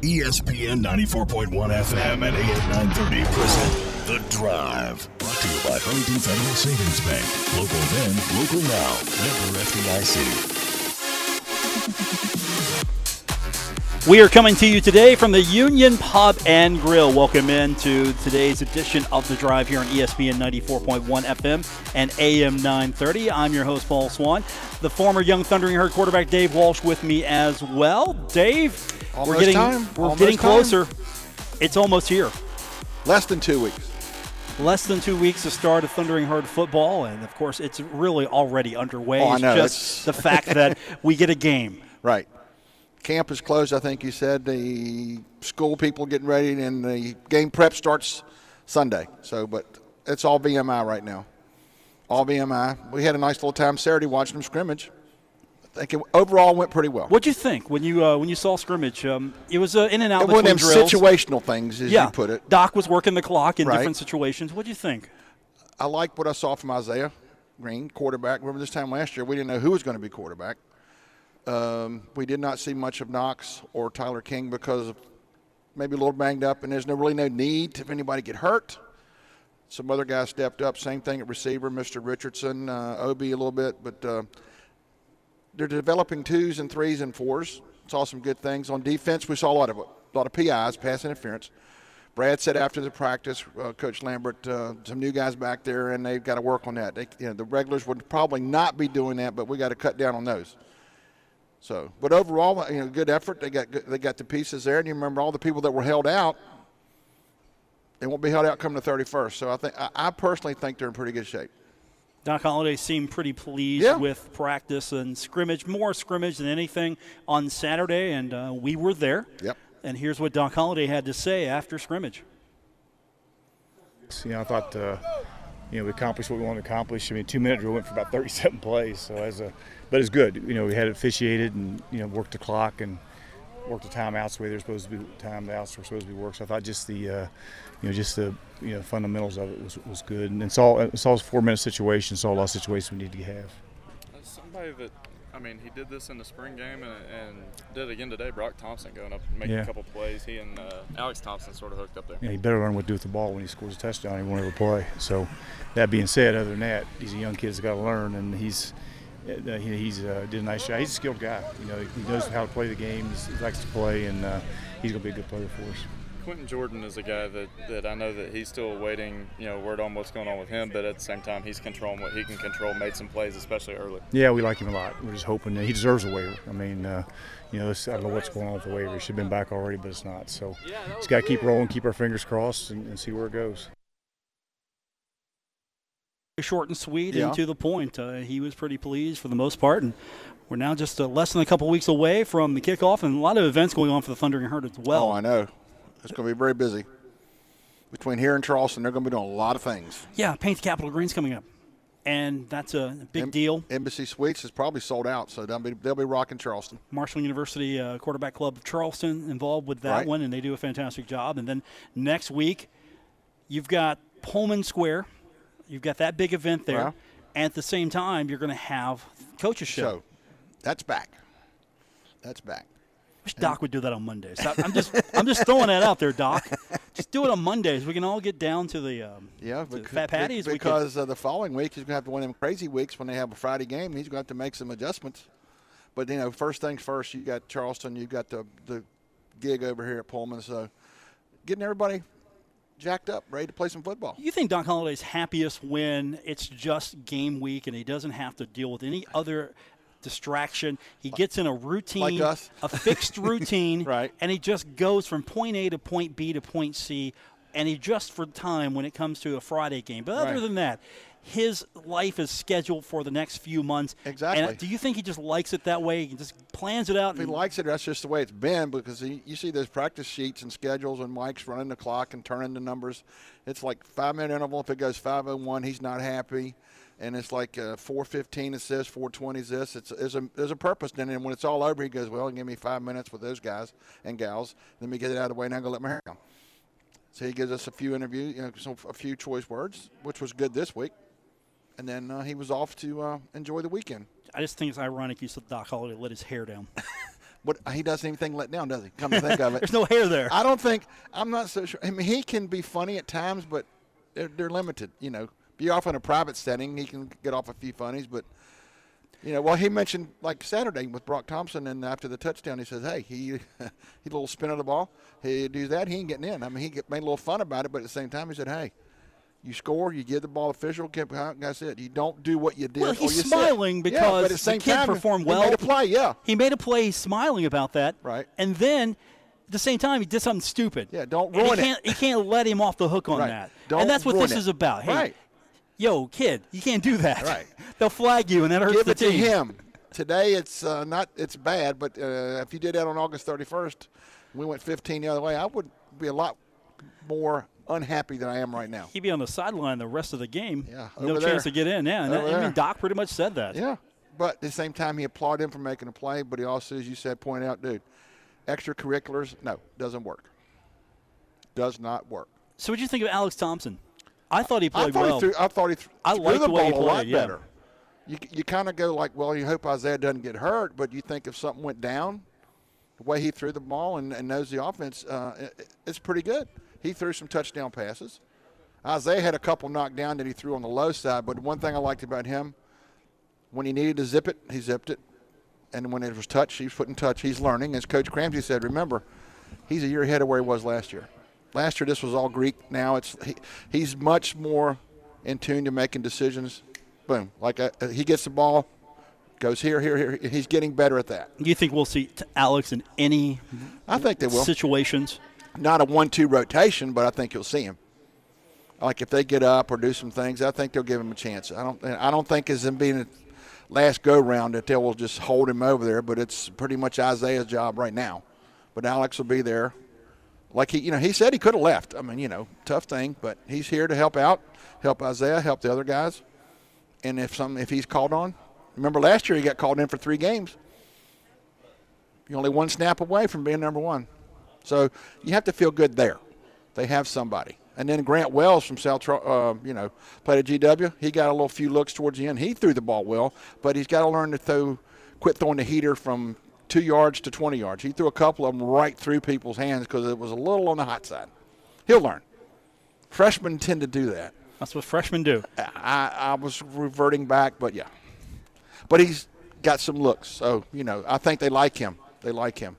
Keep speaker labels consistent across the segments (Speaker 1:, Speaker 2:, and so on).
Speaker 1: E ESPN 94.1 FM and AM 930 present The Drive. Brought to you by Huntington Federal Savings Bank. Local then, local now. Member FDIC.
Speaker 2: We are coming to you today from the Union Pub and Grill. Welcome in to today's edition of The Drive here on E ESPN 94.1 FM and AM 930. I'm your host, Paul Swan. The former Young Thundering Herd quarterback, Dave Walsh, with me as well. Dave, we're
Speaker 3: Almost
Speaker 2: getting,
Speaker 3: time.
Speaker 2: We're
Speaker 3: Almost
Speaker 2: getting
Speaker 3: time.
Speaker 2: closer. It's almost here.
Speaker 3: Less than two weeks.
Speaker 2: Less than two weeks to start of Thundering Herd football, and of course, it's really already underway.
Speaker 3: Oh, I
Speaker 2: it's
Speaker 3: know.
Speaker 2: just
Speaker 3: It's-
Speaker 2: the fact that we get a game.
Speaker 3: Right. Camp is closed, I think you said. The school people getting ready, and the game prep starts Sunday. So, but it's all BMI right now. All BMI. We had a nice little time Saturday watching them scrimmage. I think it overall went pretty well.
Speaker 2: What'd you think when you uh, when you saw scrimmage? Um, it was uh, in and out
Speaker 3: It was
Speaker 2: between
Speaker 3: one of them
Speaker 2: drills.
Speaker 3: situational things, as
Speaker 2: yeah,
Speaker 3: you put it.
Speaker 2: Doc was working the clock in
Speaker 3: Right.
Speaker 2: different situations. What'd you think?
Speaker 3: I like what I saw from Isaiah Green, quarterback. Remember this time last year, we didn't know who was going to be quarterback. Um, we did not see much of Knox or Tyler King because of maybe a little banged up, and there's no really no need if anybody get hurt. Some other guys stepped up. Same thing at receiver, Mr. Richardson, uh, OB a little bit, but uh, they're developing twos and threes and fours. Saw some good things on defense. We saw a lot of a lot of PIs, pass interference. Brad said after the practice, uh, Coach Lambert, uh, some new guys back there, and they've got to work on that. They, you know, the regulars would probably not be doing that, but we got to cut down on those. So, but overall, you know, good effort. They got good- they got the pieces there, and you remember all the people that were held out. They won't be held out come the 31st. So I think I, I personally think they're in pretty good shape.
Speaker 2: Doc Holliday seemed pretty pleased
Speaker 3: Yeah.
Speaker 2: with practice and scrimmage, more scrimmage than anything on Saturday, and uh, we were there.
Speaker 3: Yep.
Speaker 2: And here's what Doc Holliday had to say after scrimmage.
Speaker 4: You know, I thought, uh, you know, we accomplished what we wanted to accomplish. I mean, two minute drill went for about 37 plays. So as a, but it's good. You know, we had it officiated and you know worked the clock and worked the timeouts the way they're supposed to be timeouts were supposed to be worked. So I thought just the, uh, you know, just the you know fundamentals of it was, was good. And saw saw a four minute situation. Saw a lot of situations we need to have.
Speaker 5: Somebody that, I mean, he did this in the spring game and, and did it again today. Brock Thompson going up, and making
Speaker 4: Yeah.
Speaker 5: a couple plays. He and uh, Alex Thompson sort of hooked up there.
Speaker 4: you know, he better learn what to do with the ball when he scores a touchdown. He won't ever play. So, that being said, other than that, he's a young kid that's got to learn, and he's uh, he- he's uh, did a nice job. He's a skilled guy. You know, he knows how to play the game. He's, he likes to play, and uh, he's gonna be a good player for us.
Speaker 5: Quentin Jordan is a guy that, that I know that he's still waiting, you know, word on what's going on with him, but at the same time, he's controlling what he can control, made some plays, especially early.
Speaker 4: Yeah, we like him a lot. We're just hoping that he deserves a waiver. I mean, uh, you know, it's, I don't know what's going on with the waiver. He should have been back already, but it's not. So, just got to keep rolling, keep our fingers crossed, and, and see where it goes.
Speaker 2: Short and sweet
Speaker 3: Yeah.
Speaker 2: and to the point. Uh, he was pretty pleased for the most part, and we're now just uh, less than a couple weeks away from the kickoff, and a lot of events going on for the Thundering Herd as well.
Speaker 3: Oh, I know. It's going to be very busy. Between here and Charleston, they're going to be doing a lot of things.
Speaker 2: Yeah, Paint the Capitol Green's coming up, and that's a big
Speaker 3: Em-
Speaker 2: deal.
Speaker 3: Embassy Suites is probably sold out, so they'll be, they'll be rocking Charleston.
Speaker 2: Marshall University uh, Quarterback Club of Charleston involved with that
Speaker 3: Right.
Speaker 2: one, and they do a fantastic job. And then next week, you've got Pullman Square. You've got that big event there.
Speaker 3: Wow.
Speaker 2: And at the same time, you're going to have Coach's Show.
Speaker 3: So that's back. That's back.
Speaker 2: wish Doc would do that on Mondays. I, am just, I'm just throwing that out there, Doc. Just do it on Mondays. We can all get down to the, um,
Speaker 3: Yeah,
Speaker 2: to the
Speaker 3: becau-
Speaker 2: Fat
Speaker 3: be-
Speaker 2: Patties. We could-
Speaker 3: because uh, the following week he's going to have to one of them crazy weeks when they have a Friday game. He's going to have to make some adjustments. But you know, first things first, you got Charleston, you got the the gig over here at Pullman, so getting everybody jacked up, ready to play some football.
Speaker 2: you think Doc Holliday's happiest when it's just game week and he doesn't have to deal with any other distraction. He gets in a routine,
Speaker 3: Like us?
Speaker 2: a fixed routine,
Speaker 3: Right.
Speaker 2: and he just goes from point A to point B to point C, and he just for time when it comes to a Friday game. But other
Speaker 3: Right.
Speaker 2: than that, his life is scheduled for the next few months.
Speaker 3: Exactly.
Speaker 2: And do you think he just likes it that way? He just plans it out.
Speaker 3: If he
Speaker 2: and-
Speaker 3: likes it, that's just the way it's been because he, you see those practice sheets and schedules and Mike's running the clock and turning the numbers. It's like five minute interval. If it goes 501, he's not happy. And it's like uh, 415 is this, 420 is this. It's, there's, a, there's a purpose. And then when it's all over, he goes, Well, give me five minutes with those guys and gals. Let me get it out of the way and I'm going to let my hair down. So he gives us a few interview, you know, some, a few choice words, which was good this week. And then uh, he was off to uh, enjoy the weekend.
Speaker 2: I just think it's ironic you said Doc Holliday let his hair down.
Speaker 3: What he doesn't even think let down, does he? Come to think of it,
Speaker 2: There's no hair there.
Speaker 3: I don't think I'm not so sure. I mean, he can be funny at times, but they're, they're limited. You know, be off in a private setting, he can get off a few funnies, but you know, well, he mentioned like Saturday with Brock Thompson, and after the touchdown, he says, "Hey, he he had a little spin of the ball. He do that, he ain't getting in." I mean, he get, made a little fun about it, but at the same time, he said, "Hey." You score, you give the ball official. Keep out. That's it. You don't do what you did.
Speaker 2: Well,
Speaker 3: or
Speaker 2: he's
Speaker 3: you sit.
Speaker 2: smiling
Speaker 3: Yeah,
Speaker 2: because
Speaker 3: but at the,
Speaker 2: the
Speaker 3: same
Speaker 2: kid
Speaker 3: time,
Speaker 2: performed
Speaker 3: he
Speaker 2: well.
Speaker 3: Made a play, yeah.
Speaker 2: He made a play smiling about that.
Speaker 3: Right.
Speaker 2: And then at the same time he did something stupid.
Speaker 3: Yeah, don't
Speaker 2: And he
Speaker 3: ruin it.
Speaker 2: can't- You can't let him off the hook on
Speaker 3: Right.
Speaker 2: that.
Speaker 3: Don't
Speaker 2: and that's what
Speaker 3: ruin
Speaker 2: this
Speaker 3: it.
Speaker 2: is about. Hey,
Speaker 3: Right.
Speaker 2: yo, kid, you can't do that.
Speaker 3: Right.
Speaker 2: They'll flag you and that hurts
Speaker 3: give
Speaker 2: the
Speaker 3: it to
Speaker 2: team.
Speaker 3: him. Today it's uh, not it's bad, but uh, if you did that on August 31st, we went 15 the other way. I would be a lot more unhappy than I am right now.
Speaker 2: He'd be on the sideline the rest of the game.
Speaker 3: Yeah,
Speaker 2: No
Speaker 3: over
Speaker 2: chance to
Speaker 3: there.
Speaker 2: get in. Yeah. And that-
Speaker 3: Over
Speaker 2: I mean
Speaker 3: there.
Speaker 2: Doc pretty much said that.
Speaker 3: Yeah, but at the same time, he applauded him for making a play, but he also, as you said, point out, dude, extracurriculars, no, doesn't work. Does not work.
Speaker 2: So what'd you think of Alex Thompson? I thought he played
Speaker 3: I thought
Speaker 2: well.
Speaker 3: he threw. I thought he threw,
Speaker 2: I
Speaker 3: threw
Speaker 2: liked
Speaker 3: the,
Speaker 2: the
Speaker 3: ball
Speaker 2: way he
Speaker 3: a lot
Speaker 2: played, yeah.
Speaker 3: better. You you kind of go like, well, you hope Isaiah doesn't get hurt, but you think if something went down, the way he threw the ball and, and knows the offense, uh, it, it's pretty good. He threw some touchdown passes. Isaiah had a couple knocked down that he threw on the low side, but one thing I liked about him, when he needed to zip it, he zipped it, and when it was touch, he was put in touch. He's learning, as Coach Cramsey said. Remember, he's a year ahead of where he was last year. Last year, this was all Greek. Now it's he, he's much more in tune to making decisions. Boom! Like uh he gets the ball, goes here, here, here. He's getting better at that.
Speaker 2: Do you think we'll see t- Alex in any
Speaker 3: I think they will.
Speaker 2: situations?
Speaker 3: Not a one-two rotation, but I think you'll see him. Like if they get up or do some things, I think they'll give him a chance. I don't. I don't think it's him being a last go round that they will just hold him over there. But it's pretty much Isaiah's job right now. But Alex will be there. Like he, you know, he said he could have left. I mean, you know, tough thing, but he's here to help out, help Isaiah, help the other guys. And if some, if he's called on, remember last year he got called in for three games. You're only one snap away from being number one. So you have to feel good there. They have somebody. And then Grant Wells from South, Tro- uh, you know, played at GW. He got a little few looks towards the end. He threw the ball well, but he's got to learn to throw, quit throwing the heater from two yards to 20 yards. He threw a couple of them right through people's hands because it was a little on the hot side. He'll learn. Freshmen tend to do that.
Speaker 2: That's what freshmen do.
Speaker 3: I, I was reverting back, but yeah. But he's got some looks, so you know I think they like him. They like him.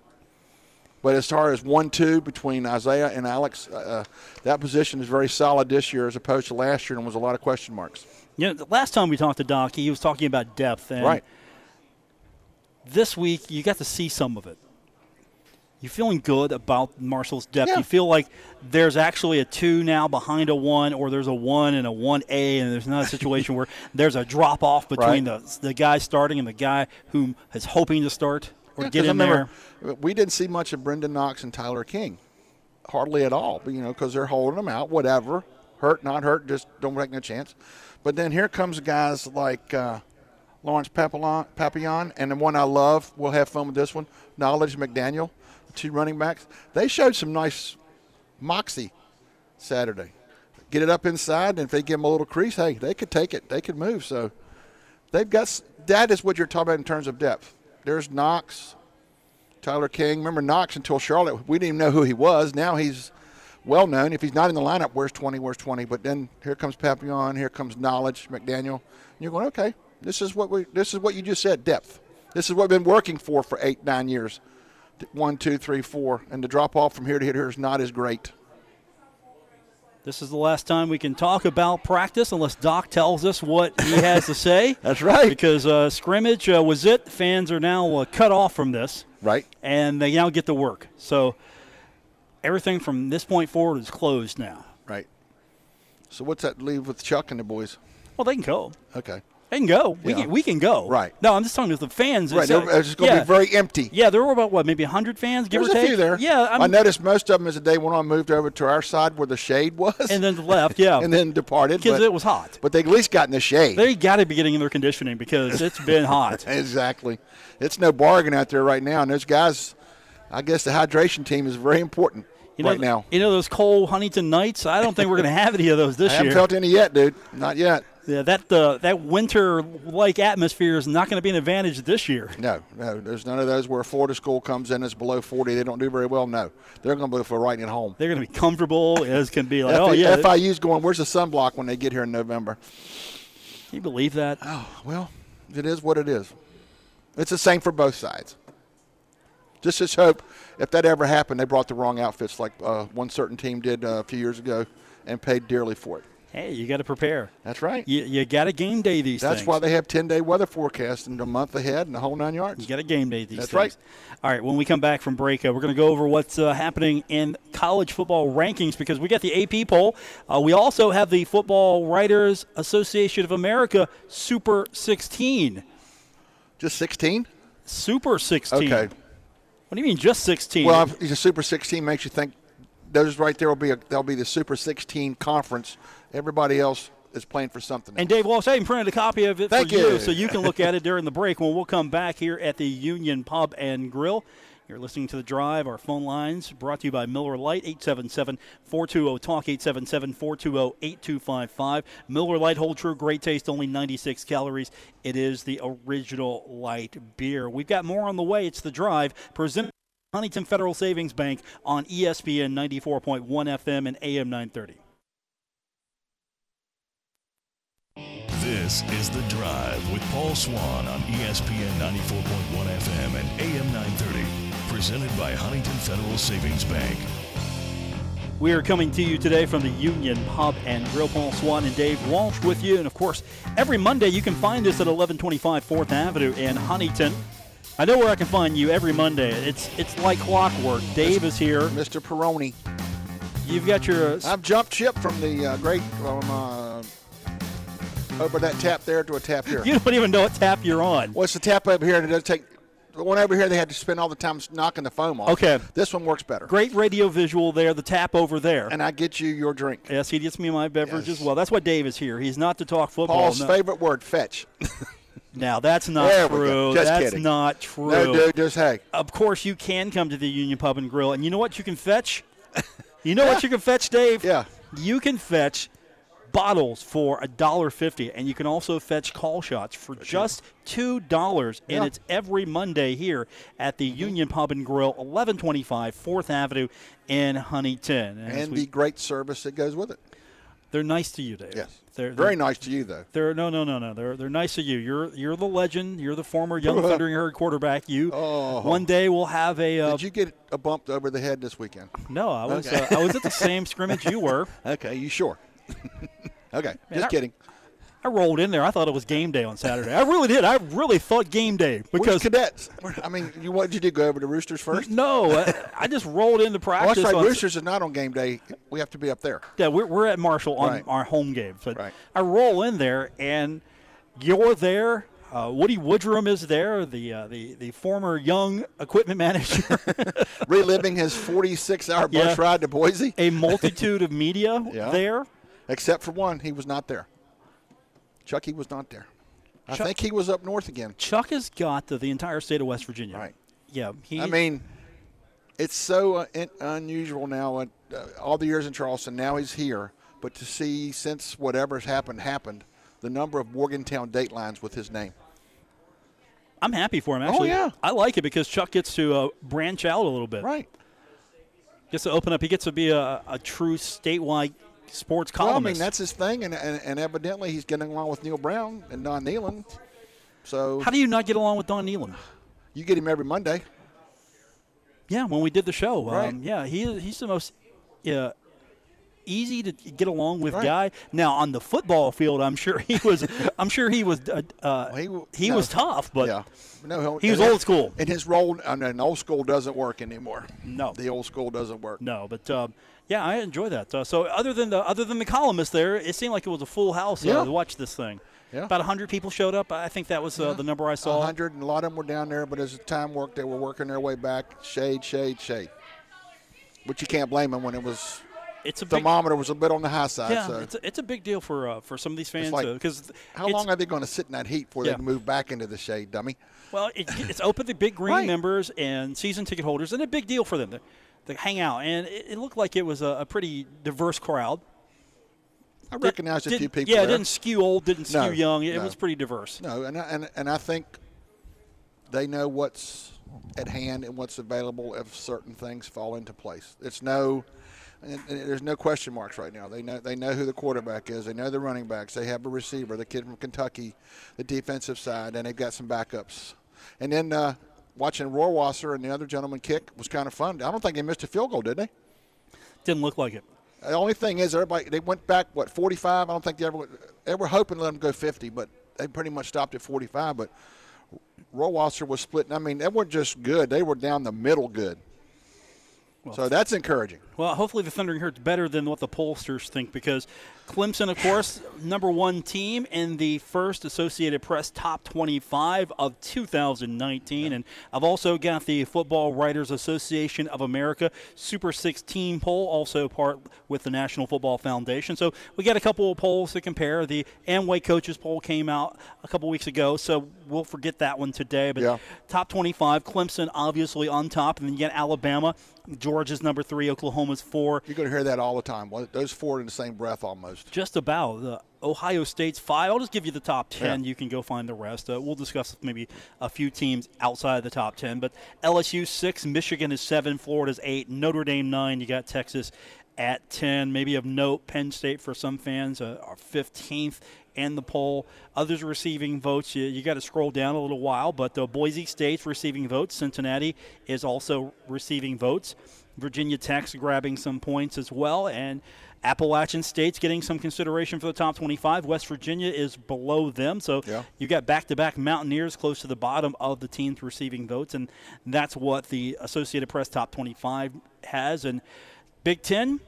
Speaker 3: But as far as one-two between Isaiah and Alex, uh, that position is very solid this year as opposed to last year, and was a lot of question marks.
Speaker 2: You know, the last time we talked to Doc, he was talking about depth, and
Speaker 3: right?
Speaker 2: this week you got to see some of it. You're feeling good about Marshall's depth.
Speaker 3: Yeah.
Speaker 2: You feel like there's actually a two now behind a one, or there's a one and a one A, and there's not a situation where there's a drop off between
Speaker 3: Right.
Speaker 2: the the guy starting and the guy who is hoping to start or
Speaker 3: Yeah,
Speaker 2: get
Speaker 3: 'cause I
Speaker 2: in there.
Speaker 3: remember We didn't see much of Brendan Knox and Tyler King, hardly at all. But you know, because they're holding them out, whatever, hurt, not hurt, just don't take no chance. But then here comes guys like uh, Lawrence Papillon, Papillon, and the one I love. We'll have fun with this one. Knowledge McDaniel, two running backs. They showed some nice moxie Saturday. Get it up inside, and if they give them a little crease, hey, they could take it. They could move. So they've got s- that is what you're talking about in terms of depth. There's Knox, Tyler King. Remember Knox until Charlotte, we didn't even know who he was. Now he's well known. If he's not in the lineup, where's 20, where's 20? But then here comes Papillon, here comes Knowledge, McDaniel. And you're going, okay, this is what we, this is what you just said, depth. This is what we've been working for for eight, nine years. One, two, three, four, and the drop off from here to here is not as great.
Speaker 2: This is the last time we can talk about practice unless Doc tells us what he has to say.
Speaker 3: That's right.
Speaker 2: Because uh, scrimmage uh, was it. Fans are now uh, cut off from this.
Speaker 3: Right.
Speaker 2: And they now get to work. So everything from this point forward is closed now.
Speaker 3: Right. So what's that leave with Chuck and the boys?
Speaker 2: Well, they can go.
Speaker 3: Okay.
Speaker 2: They can go. We,
Speaker 3: Yeah.
Speaker 2: can, we can go.
Speaker 3: Right.
Speaker 2: No, I'm just talking to the fans.
Speaker 3: Right.
Speaker 2: It's, uh,
Speaker 3: It's going to
Speaker 2: yeah.
Speaker 3: be very empty.
Speaker 2: Yeah, there were about, what, maybe 100 fans, give
Speaker 3: There's
Speaker 2: or
Speaker 3: a
Speaker 2: take?
Speaker 3: few there.
Speaker 2: Yeah.
Speaker 3: i noticed most of them as the day went on moved over to our side where the shade was,
Speaker 2: And then left, yeah.
Speaker 3: and then departed.
Speaker 2: Because
Speaker 3: but-
Speaker 2: it was hot.
Speaker 3: But they at least got in the shade.
Speaker 2: They got to be getting in their conditioning because it's been hot.
Speaker 3: exactly. It's no bargain out there right now, and those guys. I guess the hydration team is very important.
Speaker 2: You know,
Speaker 3: right now.
Speaker 2: You know those Cole Huntington nights? I don't think we're going to have any of those
Speaker 3: I
Speaker 2: this
Speaker 3: haven't
Speaker 2: year.
Speaker 3: felt any yet, dude. Not yet.
Speaker 2: yeah, that uh, that winter-like atmosphere is not going to be an advantage this year.
Speaker 3: No, no. There's none of those where a Florida school comes in, it's below 40, they don't do very well. No, they're going to be for right at home.
Speaker 2: They're going to be comfortable. It's going to be like,
Speaker 3: F-
Speaker 2: oh yeah,
Speaker 3: FIU's going, where's the sunblock when they get here in November?
Speaker 2: can you believe that?
Speaker 3: Oh, Well, it is what it is. It's the same for both sides. Just just hope if that ever happened, they brought the wrong outfits like uh, one certain team did uh, a few years ago and paid dearly for it.
Speaker 2: Hey, you got to prepare.
Speaker 3: That's right.
Speaker 2: You, you got a game day these
Speaker 3: That's
Speaker 2: things.
Speaker 3: why they have 10 day weather forecast and a month ahead and the whole nine yards.
Speaker 2: You got a game day these
Speaker 3: That's
Speaker 2: days.
Speaker 3: right.
Speaker 2: All right, when we come back from break, uh, we're going to go over what's uh, happening in college football rankings because we got the AP poll. Uh, we also have the Football Writers Association of America Super 16.
Speaker 3: Just 16?
Speaker 2: Super 16.
Speaker 3: Okay.
Speaker 2: What do you mean just 16?
Speaker 3: Well, if the Super 16 makes you think those right there will be a, that'll be the Super 16 conference. Everybody else is playing for something.
Speaker 2: and Dave Walsh, I even printed a copy of it
Speaker 3: Thank
Speaker 2: for you,
Speaker 3: you.
Speaker 2: so you can look at it during the break when we'll come back here at the Union Pub and Grill. You're listening to The Drive. Our phone lines brought to you by Miller Lite, 877-420-TALK, oh, 877-420-8255. Miller Lite, whole true, great taste, only 96 calories. It is the original light beer. We've got more on the way. It's The Drive, presented by Huntington Federal Savings Bank on E ESPN 94.1 FM and AM 930.
Speaker 1: This is The Drive with Paul Swan on E ESPN 94.1 FM and AM 930. Presented by Huntington Federal Savings Bank.
Speaker 2: We are coming to you today from the Union Pub and Grill. Paul Swan and Dave Walsh with you. And of course, every Monday you can find us at 1125 4th Avenue in Huntington. I know where I can find you every Monday. It's it's like clockwork. Dave is here.
Speaker 3: Mr. Peroni.
Speaker 2: You've got your uh,
Speaker 3: I've jumped ship from the uh, great from uh, over that tap there to a tap here.
Speaker 2: you don't even know what tap you're on.
Speaker 3: What's the tap over here? And it does take the one over here. They had to spend all the time knocking the foam off.
Speaker 2: Okay.
Speaker 3: this one works better.
Speaker 2: Great radio visual there. The tap over there.
Speaker 3: And I get you your drink.
Speaker 2: Yes, he gets me my beverage
Speaker 3: Yes.
Speaker 2: as well. That's why Dave is here. He's not to talk football.
Speaker 3: Paul's
Speaker 2: No.
Speaker 3: favorite word, fetch.
Speaker 2: Now that's not
Speaker 3: There we
Speaker 2: true.
Speaker 3: go. Just
Speaker 2: that's
Speaker 3: kidding.
Speaker 2: not true.
Speaker 3: No, dude, just hey.
Speaker 2: of course, you can come to the Union Pub and Grill, and you know what you can fetch? You know what you can fetch, Dave?
Speaker 3: Yeah.
Speaker 2: You can fetch bottles for $1.50, and you can also fetch call shots for just $2.
Speaker 3: Yeah. Mm-hmm.
Speaker 2: And it's every Monday here at the Union Pub and Grill, 1125 4th Avenue in Huntington. And as
Speaker 3: And
Speaker 2: we-
Speaker 3: the great service that goes with it.
Speaker 2: they're nice to you, Dave.
Speaker 3: Yes.
Speaker 2: They're,
Speaker 3: Very
Speaker 2: they're-
Speaker 3: nice to you, though.
Speaker 2: They're no, no, no, no. They're they're nice to you. You're you're the legend. You're the former young thundering herd quarterback. You one day will have a. Uh,
Speaker 3: Oh. Did you get a bump over the head this weekend?
Speaker 2: no, I was uh, I was at the same scrimmage you were.
Speaker 3: Okay, you sure? okay,
Speaker 2: I-
Speaker 3: just kidding.
Speaker 2: I rolled in there. I thought it was game day on Saturday. I really did. I really thought game day
Speaker 3: We're
Speaker 2: because
Speaker 3: cadets. We're- I mean, you what did you do? Go over to Roosters first?
Speaker 2: no, I, I just rolled into
Speaker 3: Oh,
Speaker 2: practice.
Speaker 3: that's right.
Speaker 2: on-
Speaker 3: Roosters is not on game day. We have to be up there.
Speaker 2: Yeah, we're, we're at Marshall on
Speaker 3: Right.
Speaker 2: our home game. But
Speaker 3: Right.
Speaker 2: I roll in there, and you're there. Uh, Woody Woodrum is there, the uh, the the former young equipment manager.
Speaker 3: Reliving his 46-hour bus
Speaker 2: Yeah.
Speaker 3: ride to Boise,
Speaker 2: a multitude of media
Speaker 3: Yeah.
Speaker 2: there.
Speaker 3: except for one. He was not there. Chucky was not there. I
Speaker 2: Chuck-
Speaker 3: think he was up north again.
Speaker 2: Chuck has got the, the entire state of West Virginia.
Speaker 3: Right.
Speaker 2: Yeah. He,
Speaker 3: I mean, it's so uh, in, unusual now. and, Uh, all the years in Charleston, now he's here. But to see since whatever's happened happened, the number of Morgantown datelines with his name.
Speaker 2: I'm happy for him. Actually,
Speaker 3: Oh, yeah.
Speaker 2: I like it because Chuck gets to uh, branch out a little bit.
Speaker 3: Right.
Speaker 2: Gets to open up. He gets to be a, a true statewide sports
Speaker 3: Well, I
Speaker 2: columnist.
Speaker 3: mean, that's his thing, and, and, and evidently he's getting along with Neil Brown and Don Nealon. So
Speaker 2: How do you not get along with Don Nealon?
Speaker 3: you get him every Monday.
Speaker 2: Yeah, when we did the show.
Speaker 3: Right.
Speaker 2: Um, yeah, he he's the most uh, easy to get along with
Speaker 3: Right.
Speaker 2: guy. Now on the football field, I'm sure he was. I'm sure he was. Uh, uh,
Speaker 3: he w-
Speaker 2: he
Speaker 3: no.
Speaker 2: was tough, but
Speaker 3: yeah. No, he'll-
Speaker 2: he was
Speaker 3: and-
Speaker 2: old school.
Speaker 3: And his role, I mean, old school doesn't work anymore.
Speaker 2: No.
Speaker 3: The old school doesn't work.
Speaker 2: No, but um, yeah, I enjoy that. Uh, so other than the other than the columnist there, it seemed like it was a full house uh,
Speaker 3: Yeah.
Speaker 2: to watch this thing.
Speaker 3: Yeah.
Speaker 2: About hundred people showed up. I think that was uh, the number I saw.
Speaker 3: 100, and a lot of them were down there, but as the time worked, they were working their way back. Shade, shade, shade. Which you can't blame them when it was,
Speaker 2: It's a big,
Speaker 3: thermometer was a bit on the high side.
Speaker 2: yeah,
Speaker 3: so
Speaker 2: it's, a, it's a big deal for uh, for some of these fans
Speaker 3: like-
Speaker 2: because
Speaker 3: how long are they going to sit in that heat before
Speaker 2: Yeah.
Speaker 3: they move back into the shade, dummy?
Speaker 2: Well, it, it's open to big green
Speaker 3: Right.
Speaker 2: members and season ticket holders, and a big deal for them. They're, to hang out, and it, it looked like it was a, a pretty diverse crowd.
Speaker 3: I recognized a
Speaker 2: Did-
Speaker 3: few people.
Speaker 2: Yeah, it
Speaker 3: there.
Speaker 2: didn't skew old, didn't skew
Speaker 3: No,
Speaker 2: young. It
Speaker 3: no.
Speaker 2: was pretty diverse.
Speaker 3: No, and I, and and I think they know what's at hand and what's available if certain things fall into place. It's no, and, and there's no question marks right now. They know they know who the quarterback is. They know the running backs. They have a receiver, the kid from Kentucky, the defensive side, and they've got some backups. And then uh, watching Rohrwasser and the other gentleman kick was kind of fun. I don't think they missed a field goal, did they?
Speaker 2: Didn't look like it.
Speaker 3: The only thing is, everybody they went back what 45. I don't think they ever went- they were hoping to let them go 50, but they pretty much stopped at 45. But Rohrwasser was splitting. I mean, they weren't just good; they were down the middle good. so that's encouraging.
Speaker 2: Well, hopefully the Thundering Herd's better than what the pollsters think because Clemson, of course, number one team in the first Associated Press top 25 of 2019. And I've also got the Football Writers Association of America Super 16 poll, also part with the National Football Foundation. So we got a couple of polls to compare. The Amway Coaches poll came out a couple weeks ago, so we'll forget that one today. But
Speaker 3: Yeah.
Speaker 2: top 25, Clemson obviously on top, and then you got Alabama. Georgia's number three, Oklahoma's four,
Speaker 3: You're going to hear that all the time. Well, Those four in the same breath, almost.
Speaker 2: just about. The Ohio State's five. I'll just give you the top 10. You can go find the rest. Uh, we'll discuss maybe a few teams outside of the top 10. But LSU six, Michigan is seven, Florida's eight, Notre Dame nine. You got Texas at 10. Maybe of note, Penn State for some fans uh, are 15th in the poll. Others receiving votes. You, you got to scroll down a little while, but uh, Boise State's receiving votes. Cincinnati is also receiving votes. Virginia Tech's grabbing some points as well, and Appalachian State's getting some consideration for the top 25. West Virginia is below them, so
Speaker 3: Yeah.
Speaker 2: you've got back-to-back Mountaineers close to the bottom of the teams receiving votes, and that's what the Associated Press top 25 has. And Big Ten,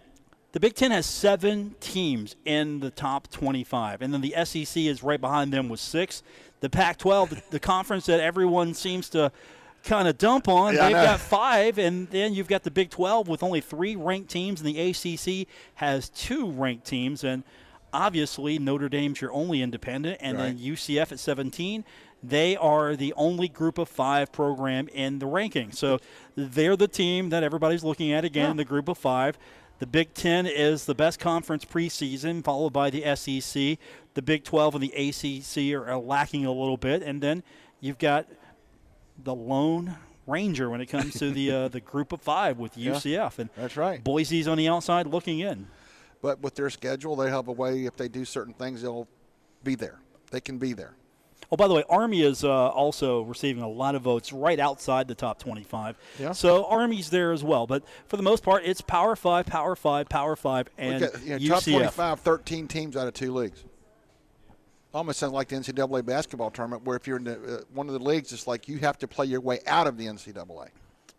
Speaker 2: the Big Ten has seven teams in the top 25, and then the SEC is right behind them with six. The Pac-12, the, the conference that everyone seems to kind of dump on,
Speaker 3: Yeah, I
Speaker 2: they've
Speaker 3: know.
Speaker 2: got five, and then you've got the Big 12 with only three ranked teams, and the ACC has two ranked teams, and obviously Notre Dame's your only independent, and then
Speaker 3: Right.
Speaker 2: UCF at 17. They are the only group of five program in the ranking. So they're the team that everybody's looking at again in the group of five. The Big Ten is the best conference preseason, followed by the SEC. The Big 12 and the ACC are, are lacking a little bit. And then you've got the lone ranger when it comes to the uh, the group of five with UCF and
Speaker 3: that's right.
Speaker 2: Boise's on the outside looking in.
Speaker 3: But with their schedule, they have a way. If they do certain things, they'll be there. They can be there.
Speaker 2: Oh, by the way, Army is uh, also receiving a lot of votes right outside the top 25.
Speaker 3: Yeah.
Speaker 2: So Army's there as well. But for the most part, it's Power 5, Power 5, Power 5,
Speaker 3: Look
Speaker 2: and
Speaker 3: at, you know, top
Speaker 2: UCF.
Speaker 3: 25, 13 teams out of two leagues. Almost sounds like the NCAA basketball tournament, where if you're in the, uh, one of the leagues, it's like you have to play your way out of the NCAA,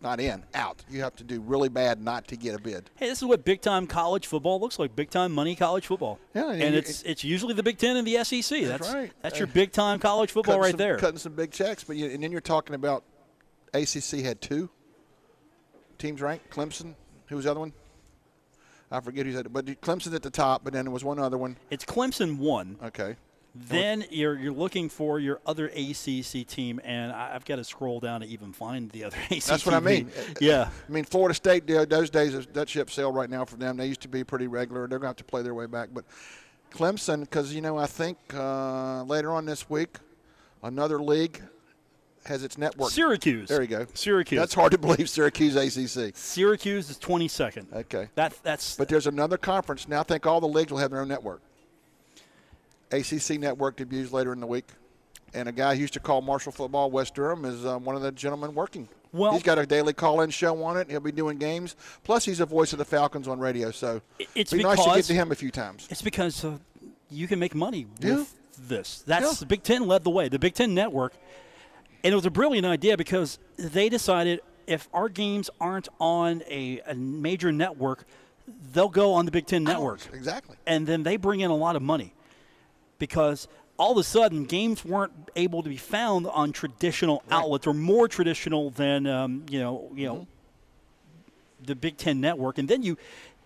Speaker 3: not in, out. You have to do really bad not to get a bid.
Speaker 2: Hey, this is what big time college football looks like. Big time money college football.
Speaker 3: Yeah,
Speaker 2: and
Speaker 3: you-
Speaker 2: it's it's usually the Big Ten and the SEC. That's,
Speaker 3: right.
Speaker 2: That's your big time college football
Speaker 3: Cutting
Speaker 2: right
Speaker 3: some-
Speaker 2: there.
Speaker 3: cutting some big checks, but you, and then you're talking about ACC had two teams ranked. Clemson, who was the other one? I forget who's at, but Clemson's at the top, but then there was one other one.
Speaker 2: It's Clemson one.
Speaker 3: Okay,
Speaker 2: Then you're you're looking for your other ACC team, and I, I've got to scroll down to even find the other ACC.
Speaker 3: That's what I mean.
Speaker 2: Yeah.
Speaker 3: I mean, Florida State, they- those days, that ship sailed right now for them. They used to be pretty regular. They're going to have to play their way back. But Clemson, because, you know, I think uh, later on this week, another league has its network.
Speaker 2: Syracuse.
Speaker 3: There you go.
Speaker 2: Syracuse.
Speaker 3: That's hard to believe, Syracuse ACC.
Speaker 2: Syracuse is 22nd.
Speaker 3: Okay.
Speaker 2: That that's
Speaker 3: But there's another conference. Now I think all the leagues will have their own network. ACC network debuts later in the week. And a guy who used to call Marshall football, West Durham, is um, one of the gentlemen working.
Speaker 2: Well-
Speaker 3: he's got a daily call-in show on it. He'll be doing games. Plus, he's a voice of the Falcons on radio, so
Speaker 2: I- it's
Speaker 3: be nice to get
Speaker 2: because-
Speaker 3: to him a few times.
Speaker 2: it's because uh, you can make money with
Speaker 3: Yeah.
Speaker 2: this. That's
Speaker 3: Yeah.
Speaker 2: the Big Ten led the way. The Big Ten network, and it was a brilliant idea because they decided if our games aren't on a, a major network, they'll go on the Big Ten network.
Speaker 3: Exactly.
Speaker 2: and then they bring in a lot of money because all of a sudden games weren't able to be found on traditional outlets or more traditional than um, you know you know
Speaker 3: Mm-hmm.
Speaker 2: the Big Ten Network, and then you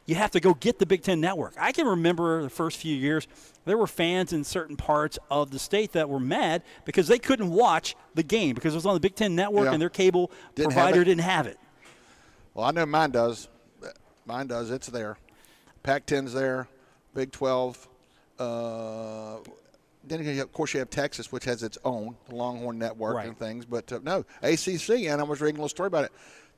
Speaker 2: you have to go get the Big Ten Network. I can remember the first few years there were fans in certain parts of the state that were mad because they couldn't watch the game because it was on the Big Ten Network
Speaker 3: Yeah.
Speaker 2: and their cable
Speaker 3: Didn't have
Speaker 2: provider
Speaker 3: it.
Speaker 2: didn't have it.
Speaker 3: Well, I know mine does. Mine does. It's there. Pac-10's there. Big 12. Uh, then you have- of course you have Texas, which has its own the Longhorn Network
Speaker 2: Right.
Speaker 3: and things. But uh, no, ACC, and I was reading a little story about it.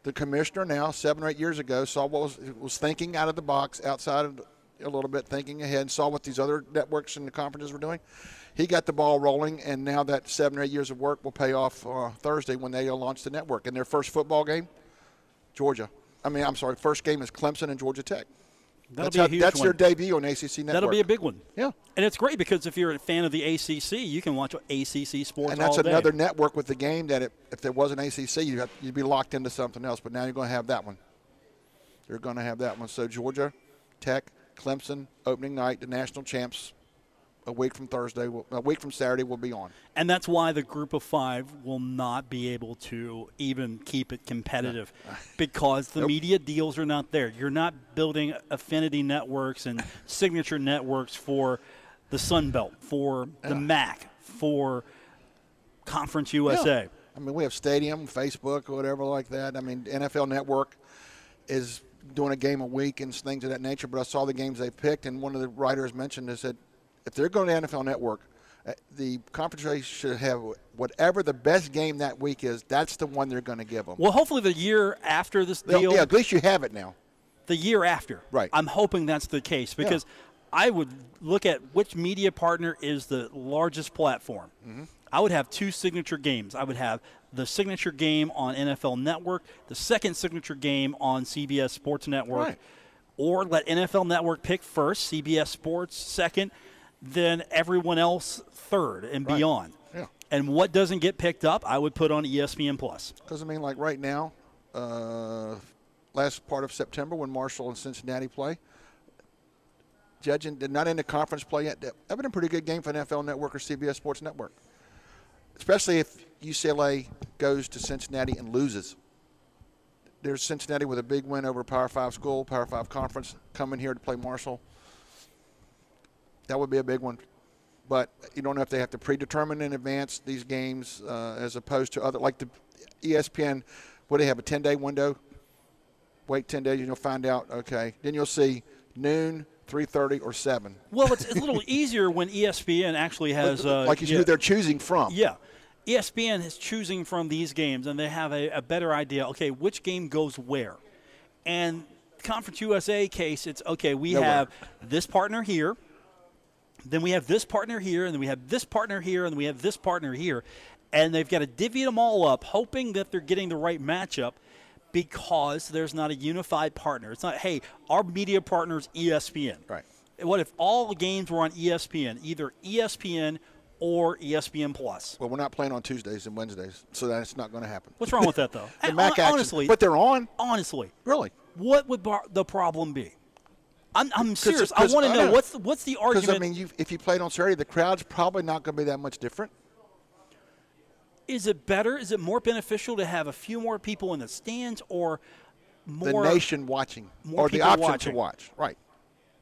Speaker 3: The commissioner now, seven or eight years ago, saw what was was thinking out of the box, outside of a little bit, thinking ahead, and saw what these other networks and the conferences were doing. He got the ball rolling, and now that seven or eight years of work will pay off uh, Thursday when they uh, launch the network. And their first football game, Georgia. I mean, I'm sorry, first game is Clemson and Georgia Tech.
Speaker 2: That'll
Speaker 3: that's
Speaker 2: be a
Speaker 3: how-
Speaker 2: huge
Speaker 3: that's
Speaker 2: one.
Speaker 3: their debut on ACC network.
Speaker 2: That'll be a big one.
Speaker 3: Yeah.
Speaker 2: And it's great because if you're a fan of the ACC, you can watch ACC sports
Speaker 3: and that's
Speaker 2: all day.
Speaker 3: another network with the game that it, if there was an ACC, you'd, have, you'd be locked into something else. But now you're going to have that one. You're going to have that one. So Georgia, Tech, Clemson, opening night, the national champs. A week from Thursday, will- a week from Saturday, will be on.
Speaker 2: And that's why the group of five will not be able to even keep it competitive because the media deals are not there. You're not building affinity networks and signature networks for the Sun Belt, for the MAC, for Conference USA.
Speaker 3: I mean, we have Stadium, Facebook, or whatever like that. I mean, NFL Network is doing a game a week and things of that nature. But I saw the games they picked, and one of the writers mentioned they said, if they're going to NFL Network, uh, the conference should have whatever the best game that week is. That's the one they're going to give them.
Speaker 2: Well, hopefully the year after this deal,
Speaker 3: yeah, at least you have it now.
Speaker 2: the year after.
Speaker 3: Right.
Speaker 2: I'm hoping that's the case because I would look at which media partner is the largest platform.
Speaker 3: Mm-hmm.
Speaker 2: I would have two signature games. I would have the signature game on NFL Network, the second signature game on CBS Sports Network,
Speaker 3: Right.
Speaker 2: or let NFL Network pick first, CBS Sports second, then everyone else third and beyond.
Speaker 3: Yeah.
Speaker 2: And what doesn't get picked up, I would put on E ESPN Plus.
Speaker 3: Because I mean, like right now, uh, last part of September when Marshall and Cincinnati play, judging did not end the conference play yet. That would have been a pretty good game for NFL Network or CBS Sports Network, especially if UCLA goes to Cincinnati and loses. There's Cincinnati with a big win over a Power Five school, Power Five conference, coming here to play Marshall. That would be a big one. But you don't know if they have to predetermine in advance these games uh, as opposed to other, like the E ESPN, what do they have, a 10 day window? Wait 10 days and you'll find out, okay. Then you'll see noon, 3.30, or 7.
Speaker 2: Well, it's, it's a little easier when E ESPN actually has uh,
Speaker 3: like it's
Speaker 2: yeah.
Speaker 3: who they're choosing from.
Speaker 2: Yeah. E ESPN is choosing from these games, and they have a, a better idea. Okay, which game goes where? And Conference USA case, it's okay. We
Speaker 3: Nowhere.
Speaker 2: have this partner here, then we have this partner here, and then we have this partner here, and then we have this partner here, and they've got to divvy them all up, hoping that they're getting the right matchup. Because there's not a unified partner. It's not, hey, our media partner is E ESPN.
Speaker 3: Right.
Speaker 2: What if all the games were on E ESPN, either E ESPN or E ESPN Plus?
Speaker 3: Well, we're not playing on Tuesdays and Wednesdays, so that's not going to happen.
Speaker 2: What's wrong with that, though?
Speaker 3: The
Speaker 2: And hon-
Speaker 3: MAC action-
Speaker 2: honestly,
Speaker 3: But they're on.
Speaker 2: honestly,
Speaker 3: Really?
Speaker 2: what would bar- the problem be? I'm, I'm serious. I
Speaker 3: 'cause
Speaker 2: want to
Speaker 3: I
Speaker 2: know
Speaker 3: know.
Speaker 2: what's the, what's the
Speaker 3: Because,
Speaker 2: argument?
Speaker 3: I mean, you, if you played on Saturday, the crowd's probably not going to be that much different.
Speaker 2: is it better? Is it more beneficial to have a few more people in the stands or
Speaker 3: The
Speaker 2: more?
Speaker 3: nation watching
Speaker 2: more
Speaker 3: or the
Speaker 2: people
Speaker 3: option
Speaker 2: watching.
Speaker 3: to watch. Right.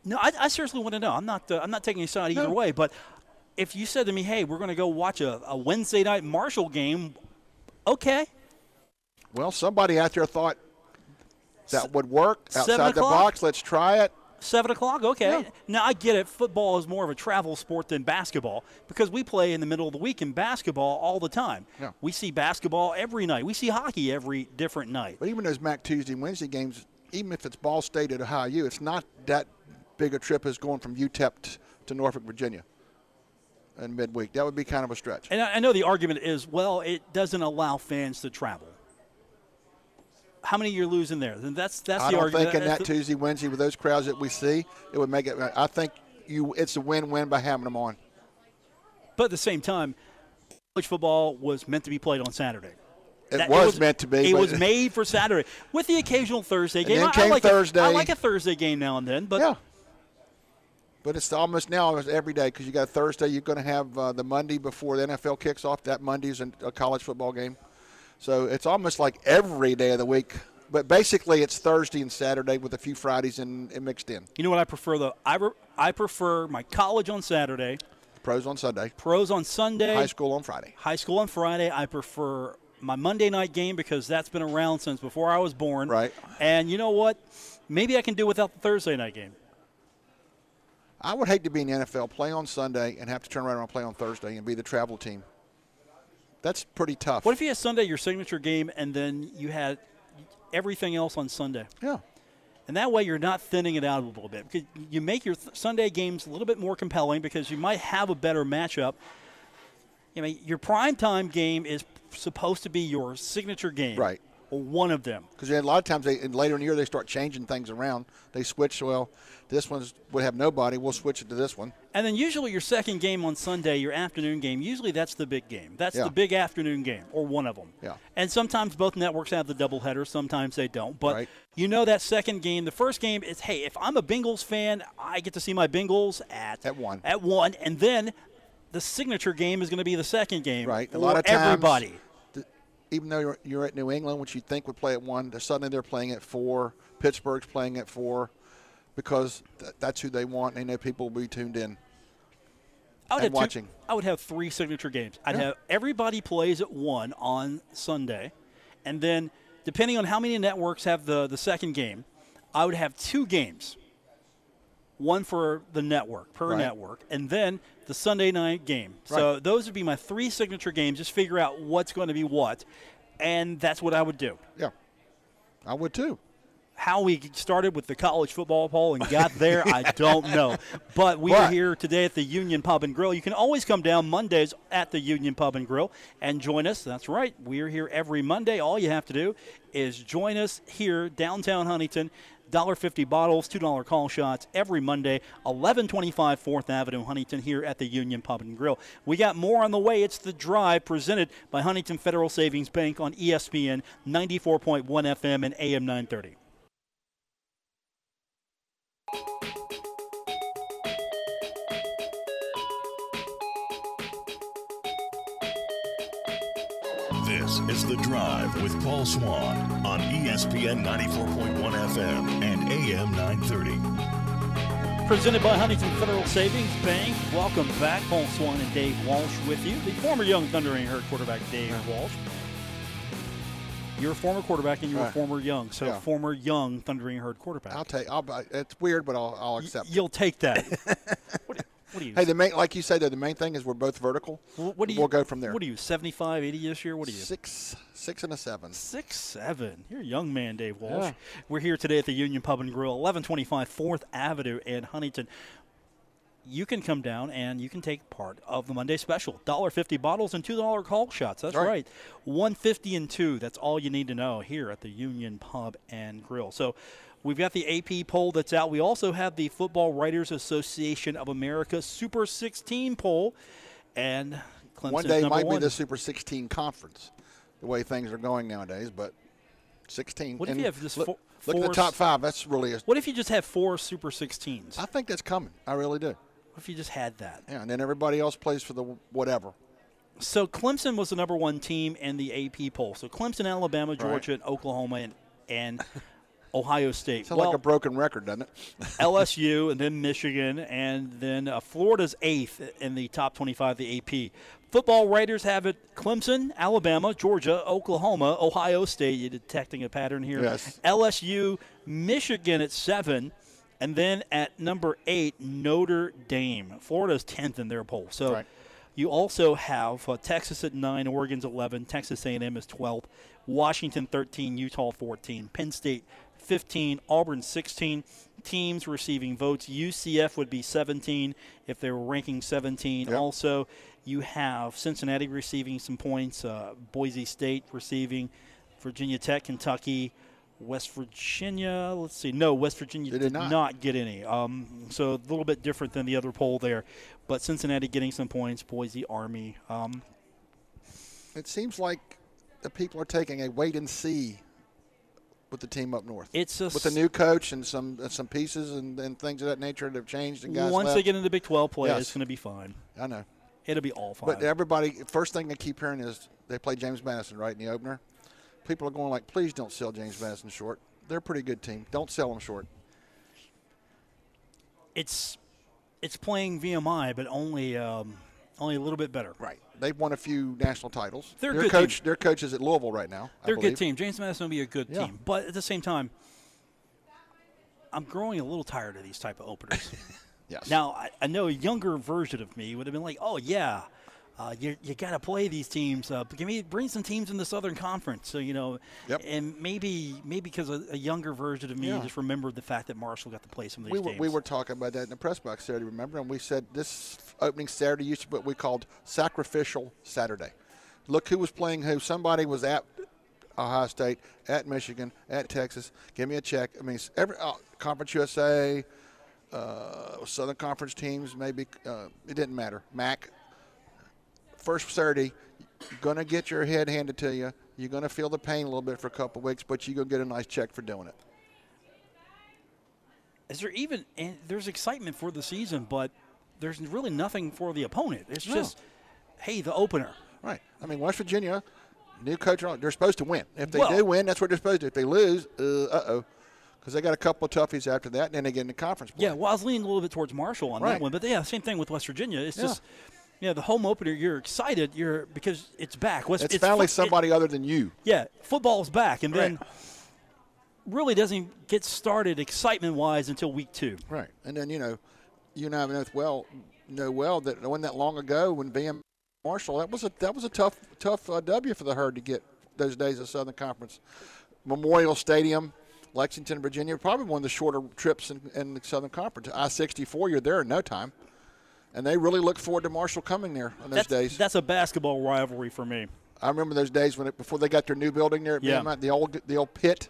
Speaker 2: No, I, I seriously want to know. I'm not uh, I'm not taking a side either
Speaker 3: No.
Speaker 2: way. But if you said to me, "Hey, we're going to go watch a, a Wednesday night Marshall game," okay,
Speaker 3: Well, somebody out there thought that would work
Speaker 2: seven
Speaker 3: outside the
Speaker 2: o'clock?
Speaker 3: box. Let's try it.
Speaker 2: Seven o'clock, okay. Now I get it. Football is more of a travel sport than basketball because we play in the middle of the week in basketball all the time.
Speaker 3: Yeah.
Speaker 2: We see basketball every night. We see hockey every different night.
Speaker 3: But even those MAC Tuesday and Wednesday games, even if it's Ball State at Ohio U, it's not that big a trip as going from UTEP t- to Norfolk, Virginia, in midweek. That would be kind of a stretch.
Speaker 2: And I, I know the argument is, well, it doesn't allow fans to travel. How many you're losing there? Then that's that's
Speaker 3: I
Speaker 2: the
Speaker 3: don't
Speaker 2: argument.
Speaker 3: think in
Speaker 2: That's
Speaker 3: that
Speaker 2: the-
Speaker 3: Tuesday Wednesday with those crowds that we see, it would make it. I think you, it's a win-win by having them on.
Speaker 2: But at the same time, college football was meant to be played on Saturday.
Speaker 3: It
Speaker 2: That-
Speaker 3: was meant to be.
Speaker 2: It
Speaker 3: but-
Speaker 2: was made for Saturday, with the occasional Thursday game.
Speaker 3: then
Speaker 2: I- I,
Speaker 3: came
Speaker 2: like A, I
Speaker 3: Thursday.
Speaker 2: like a Thursday game now and then, but
Speaker 3: yeah. But it's almost now it's every day because you got Thursday. You're going to have uh, the Monday before the NFL kicks off. That Monday's an- a college football game, so it's almost like every day of the week. But basically, it's Thursday and Saturday with a few Fridays in, in mixed in.
Speaker 2: You know what I prefer though? I, re- I prefer my college on Saturday,
Speaker 3: Pros on Sunday,
Speaker 2: pros on Sunday,
Speaker 3: high school on Friday.
Speaker 2: high school on Friday. I prefer my Monday night game because that's been around since before I was born.
Speaker 3: Right.
Speaker 2: And you know what? Maybe I can do without the Thursday night game.
Speaker 3: I would hate to be in the NFL, play on Sunday, and have to turn around and play on Thursday and be the travel team. That's pretty tough.
Speaker 2: What if you had Sunday your signature game and then you had everything else on Sunday?
Speaker 3: Yeah.
Speaker 2: And that way you're not thinning it out a little bit. Because you make your th- Sunday games a little bit more compelling because you might have a better matchup. I mean, your primetime game is supposed to be your signature game.
Speaker 3: Right.
Speaker 2: Or one of them.
Speaker 3: Because a lot of times they and later in the year they start changing things around. They switch. Well, this one's would have nobody. We'll switch it to this one.
Speaker 2: And then usually your second game on Sunday, your afternoon game, usually that's the big game. That's
Speaker 3: Yeah.
Speaker 2: the big afternoon game, or one of them.
Speaker 3: Yeah.
Speaker 2: And sometimes both networks have the doubleheader, sometimes they don't. But
Speaker 3: Right.
Speaker 2: you know that second game, the first game is, hey, if I'm a Bengals fan, I get to see my Bengals at
Speaker 3: At one.
Speaker 2: At one, and then the signature game is going to be the second game.
Speaker 3: Right. A
Speaker 2: for
Speaker 3: lot of times,
Speaker 2: everybody.
Speaker 3: th- even though you're, you're at New England, which you think would play at one, they're, suddenly they're playing at four. Pittsburgh's playing at four because th- that's who they want. They know people will be tuned in.
Speaker 2: I would
Speaker 3: and
Speaker 2: have two-
Speaker 3: watching.
Speaker 2: I would have three signature games. I'd
Speaker 3: Yeah.
Speaker 2: have everybody plays at one on Sunday, and then depending on how many networks have the the second game, I would have two games. One for the network per
Speaker 3: Right.
Speaker 2: network, and then the Sunday night game. So
Speaker 3: Right.
Speaker 2: those would be my three signature games. Just figure out what's going to be what, and that's what I would do.
Speaker 3: Yeah, I would too.
Speaker 2: How we started with the college football poll and got there, I don't know. But we are
Speaker 3: But-
Speaker 2: here today at the Union Pub and Grill. You can always come down Mondays at the Union Pub and Grill and join us. That's right, we are here every Monday. All you have to do is join us here downtown Huntington. $1.50 bottles, $2 call shots every Monday, 1125 4th Avenue, Huntington, here at the Union Pub and Grill. We got more on the way. It's The Drive, presented by Huntington Federal Savings Bank on E ESPN 94.1 FM and AM 930.
Speaker 1: This is The Drive with Paul Swan on E ESPN 94.1 FM and AM 930.
Speaker 2: Presented by Huntington Federal Savings Bank. Welcome back, Paul Swan and Dave Walsh with you. The former Young Thunder and Herd quarterback, Dave Walsh. You're a former quarterback and you were
Speaker 3: Right.
Speaker 2: former Young, so
Speaker 3: Yeah.
Speaker 2: former Young Thundering Herd quarterback.
Speaker 3: I'll take. I'll, I- it's weird, but I'll, I'll
Speaker 2: Y-
Speaker 3: accept. it.
Speaker 2: You'll take that. what, what are you?
Speaker 3: Hey, the main like you said though, the main thing is we're both vertical.
Speaker 2: wh- what do you?
Speaker 3: We'll go from there.
Speaker 2: What are you? 75, 80 this year? What are you?
Speaker 3: Six, six and a seven.
Speaker 2: Six seven. You're a young man, Dave Walsh.
Speaker 3: Yeah.
Speaker 2: We're here today at the Union Pub and Grill, 1125 4th Avenue in Huntington. You can come down and you can take part of the Monday special. $1.50 bottles and $2 call shots. That's
Speaker 3: Right.
Speaker 2: right. 150 and 2. That's all you need to know here at the Union Pub and Grill. So we've got the AP poll that's out. We also have the Football Writers Association of America Super 16 poll. And Clemson's
Speaker 3: One day it
Speaker 2: number
Speaker 3: might
Speaker 2: one.
Speaker 3: be the Super 16 conference, the way things are going nowadays. But 16.
Speaker 2: What if
Speaker 3: and
Speaker 2: you have just
Speaker 3: look,
Speaker 2: fo-
Speaker 3: look at
Speaker 2: four
Speaker 3: the
Speaker 2: s-
Speaker 3: top five. That's really. A,
Speaker 2: What if you just have four Super 16s?
Speaker 3: I think that's coming. I really do.
Speaker 2: What if you just had that?
Speaker 3: Yeah, and then everybody else plays for the whatever.
Speaker 2: So Clemson was the number one team in the AP poll. So Clemson, Alabama, Georgia, and Oklahoma, and, and Ohio State.
Speaker 3: Sounds
Speaker 2: well,
Speaker 3: like a broken record, doesn't it?
Speaker 2: LSU, and then Michigan, and then uh, Florida's eighth in the top 25, the AP. Football writers have it Clemson, Alabama, Georgia, Oklahoma, Ohio State. You're detecting a pattern here.
Speaker 3: Yes.
Speaker 2: LSU, Michigan at seven, and then at number eight, Notre Dame. Florida's 10th in their poll. So
Speaker 3: Right.
Speaker 2: you also have uh, Texas at 9, Oregon's 11, Texas A&M is 12, Washington 13, Utah 14, Penn State 15, Auburn 16. Teams receiving votes, UCF would be 17 if they were ranking 17.
Speaker 3: Yep.
Speaker 2: Also, you have Cincinnati receiving some points, uh, Boise State receiving, Virginia Tech, Kentucky, West Virginia. Let's see. No, West Virginia
Speaker 3: They
Speaker 2: did
Speaker 3: did
Speaker 2: not.
Speaker 3: not.
Speaker 2: get any. Um, so a little bit different than the other poll there, but Cincinnati getting some points. Boise Army. Um,
Speaker 3: It seems like the people are taking a wait and see with the team up north.
Speaker 2: it's a
Speaker 3: with a new coach and some and some pieces and, and things of that nature that have changed and guys
Speaker 2: once
Speaker 3: left.
Speaker 2: they get into Big 12 play,
Speaker 3: Yes.
Speaker 2: it's going to be fine.
Speaker 3: I know.
Speaker 2: It'll be all fine.
Speaker 3: But everybody, first thing I keep hearing is they play James Madison right in the opener. People are going like, please don't sell James Madison short. They're a pretty good team. Don't sell them short.
Speaker 2: it's it's playing VMI, but only um, only a little bit better.
Speaker 3: Right. They've won a few national titles.
Speaker 2: They're a
Speaker 3: their
Speaker 2: good
Speaker 3: coach.
Speaker 2: team.
Speaker 3: Their coach is at Louisville right now. I
Speaker 2: They're a good
Speaker 3: believe.
Speaker 2: team. James Madison will be a good
Speaker 3: Yeah.
Speaker 2: team, but at the same time, I'm growing a little tired of these type of openers.
Speaker 3: Yes.
Speaker 2: now, I, I know a younger version of me would have been like, "Oh yeah, uh, you you got to play these teams. Uh, give me bring some teams in the Southern Conference." So you know,
Speaker 3: Yep.
Speaker 2: and maybe maybe because a, a younger version of me
Speaker 3: Yeah.
Speaker 2: just remembered the fact that Marshall got to play some of
Speaker 3: we
Speaker 2: these
Speaker 3: were,
Speaker 2: games.
Speaker 3: we were talking about that in the press box Saturday, remember? And we said this opening Saturday used to be what we called sacrificial Saturday. Look who was playing who. Somebody was at Ohio State, at Michigan, at Texas. Give me a check. I mean, every uh, Conference USA, uh, Southern Conference teams, maybe uh, it didn't matter. MAC. First Saturday, you're gonna get your head handed to you. You're gonna feel the pain a little bit for a couple weeks, but you're gonna get a nice check for doing it.
Speaker 2: Is there even and there's excitement for the season, but there's really nothing for the opponent. It's
Speaker 3: No.
Speaker 2: just, hey, the opener.
Speaker 3: Right. I mean, West Virginia, new coach, they're supposed to win. If they
Speaker 2: Well-
Speaker 3: do win, that's what they're supposed to. If they lose, uh oh, because they got a couple of toughies after that, and then they get in the conference play.
Speaker 2: Yeah, well, I was leaning a little bit towards Marshall on that
Speaker 3: Right.
Speaker 2: one, but yeah, same thing with West Virginia. It's
Speaker 3: Yeah.
Speaker 2: just, you know, the home opener. You're excited, you're because it's back. West,
Speaker 3: it's, finally
Speaker 2: fo- it-
Speaker 3: somebody other than you.
Speaker 2: yeah, football's back, and then
Speaker 3: Right.
Speaker 2: really doesn't get started excitement wise until week two.
Speaker 3: Right. And then you know, you and I know well know well that it wasn't that long ago when VM Marshall that was a that was a tough tough uh, W for the herd to get those days of Southern Conference Memorial Stadium. Lexington, Virginia, probably one of the shorter trips in, in the Southern Conference. I 64, you're there in no time. And they really look forward to Marshall coming there on those
Speaker 2: That's,
Speaker 3: days.
Speaker 2: that's a basketball rivalry for me.
Speaker 3: I remember those days when it, before they got their new building there at
Speaker 2: Yeah.
Speaker 3: Beaumont, the old the old pit,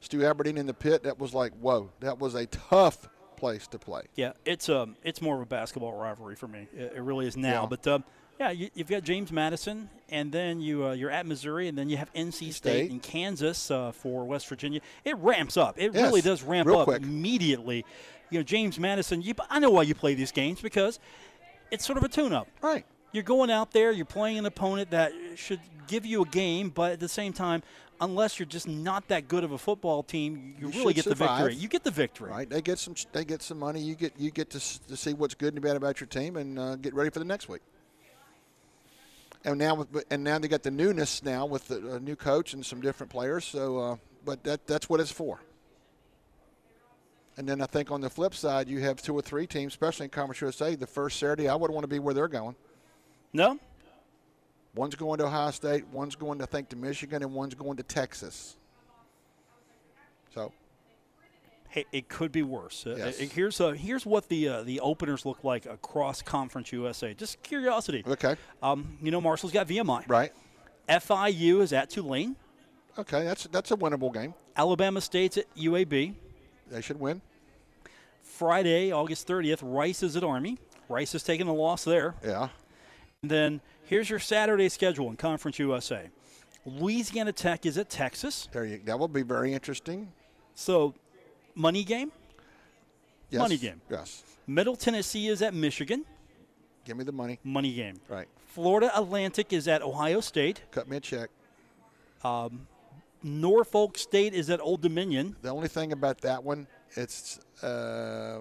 Speaker 3: Stu Aberdeen in the pit. That was like whoa, that was a tough place to play.
Speaker 2: Yeah, it's um, it's more of a basketball rivalry for me. It, it really is now.
Speaker 3: Yeah.
Speaker 2: But um, yeah, you, you've got James Madison, and then you uh, you're at Missouri, and then you have NC State,
Speaker 3: State.
Speaker 2: and Kansas uh, for West Virginia. It ramps up. It
Speaker 3: Yes,
Speaker 2: really does ramp
Speaker 3: real
Speaker 2: up
Speaker 3: quick.
Speaker 2: immediately. You know, James Madison. You, I know why you play these games because it's sort of a tune-up.
Speaker 3: Right.
Speaker 2: You're going out there, you're playing an opponent that should give you a game, but at the same time, unless you're just not that good of a football team, you,
Speaker 3: You
Speaker 2: really
Speaker 3: should
Speaker 2: get the
Speaker 3: survive.
Speaker 2: victory. You get the victory.
Speaker 3: Right, they get some. They get some money. You get you get to, s- to see what's good and bad about your team, and uh, get ready for the next week. And now, with- but- and now they got the newness now with the uh, new coach and some different players. So, uh, but that that's what it's for. And then I think on the flip side, you have two or three teams, especially in Conference USA. The first Saturday, I would want to be where they're going.
Speaker 2: No,
Speaker 3: One's going to Ohio State, one's going to I think to Michigan, and one's going to Texas. So
Speaker 2: Hey, it could be worse. Uh,
Speaker 3: Yes.
Speaker 2: uh, here's uh, here's what the uh, the openers look like across Conference USA. Just curiosity.
Speaker 3: okay,
Speaker 2: Um, you know, Marshall's got VMI.
Speaker 3: right,
Speaker 2: FIU is at Tulane.
Speaker 3: okay, that's that's a winnable game.
Speaker 2: Alabama State's at UAB.
Speaker 3: They should win.
Speaker 2: Friday, August 30th, Rice is at Army. Rice is taking a loss there.
Speaker 3: Yeah.
Speaker 2: And then here's your Saturday schedule in Conference USA. Louisiana Tech is at Texas.
Speaker 3: There you, that will be very interesting.
Speaker 2: So, money game.
Speaker 3: Yes.
Speaker 2: Money game.
Speaker 3: Yes.
Speaker 2: Middle Tennessee is at Michigan.
Speaker 3: Give me the money.
Speaker 2: Money game.
Speaker 3: Right.
Speaker 2: Florida Atlantic is at Ohio State.
Speaker 3: Cut me a check.
Speaker 2: Norfolk State is at Old Dominion.
Speaker 3: The only thing about that one, it's uh,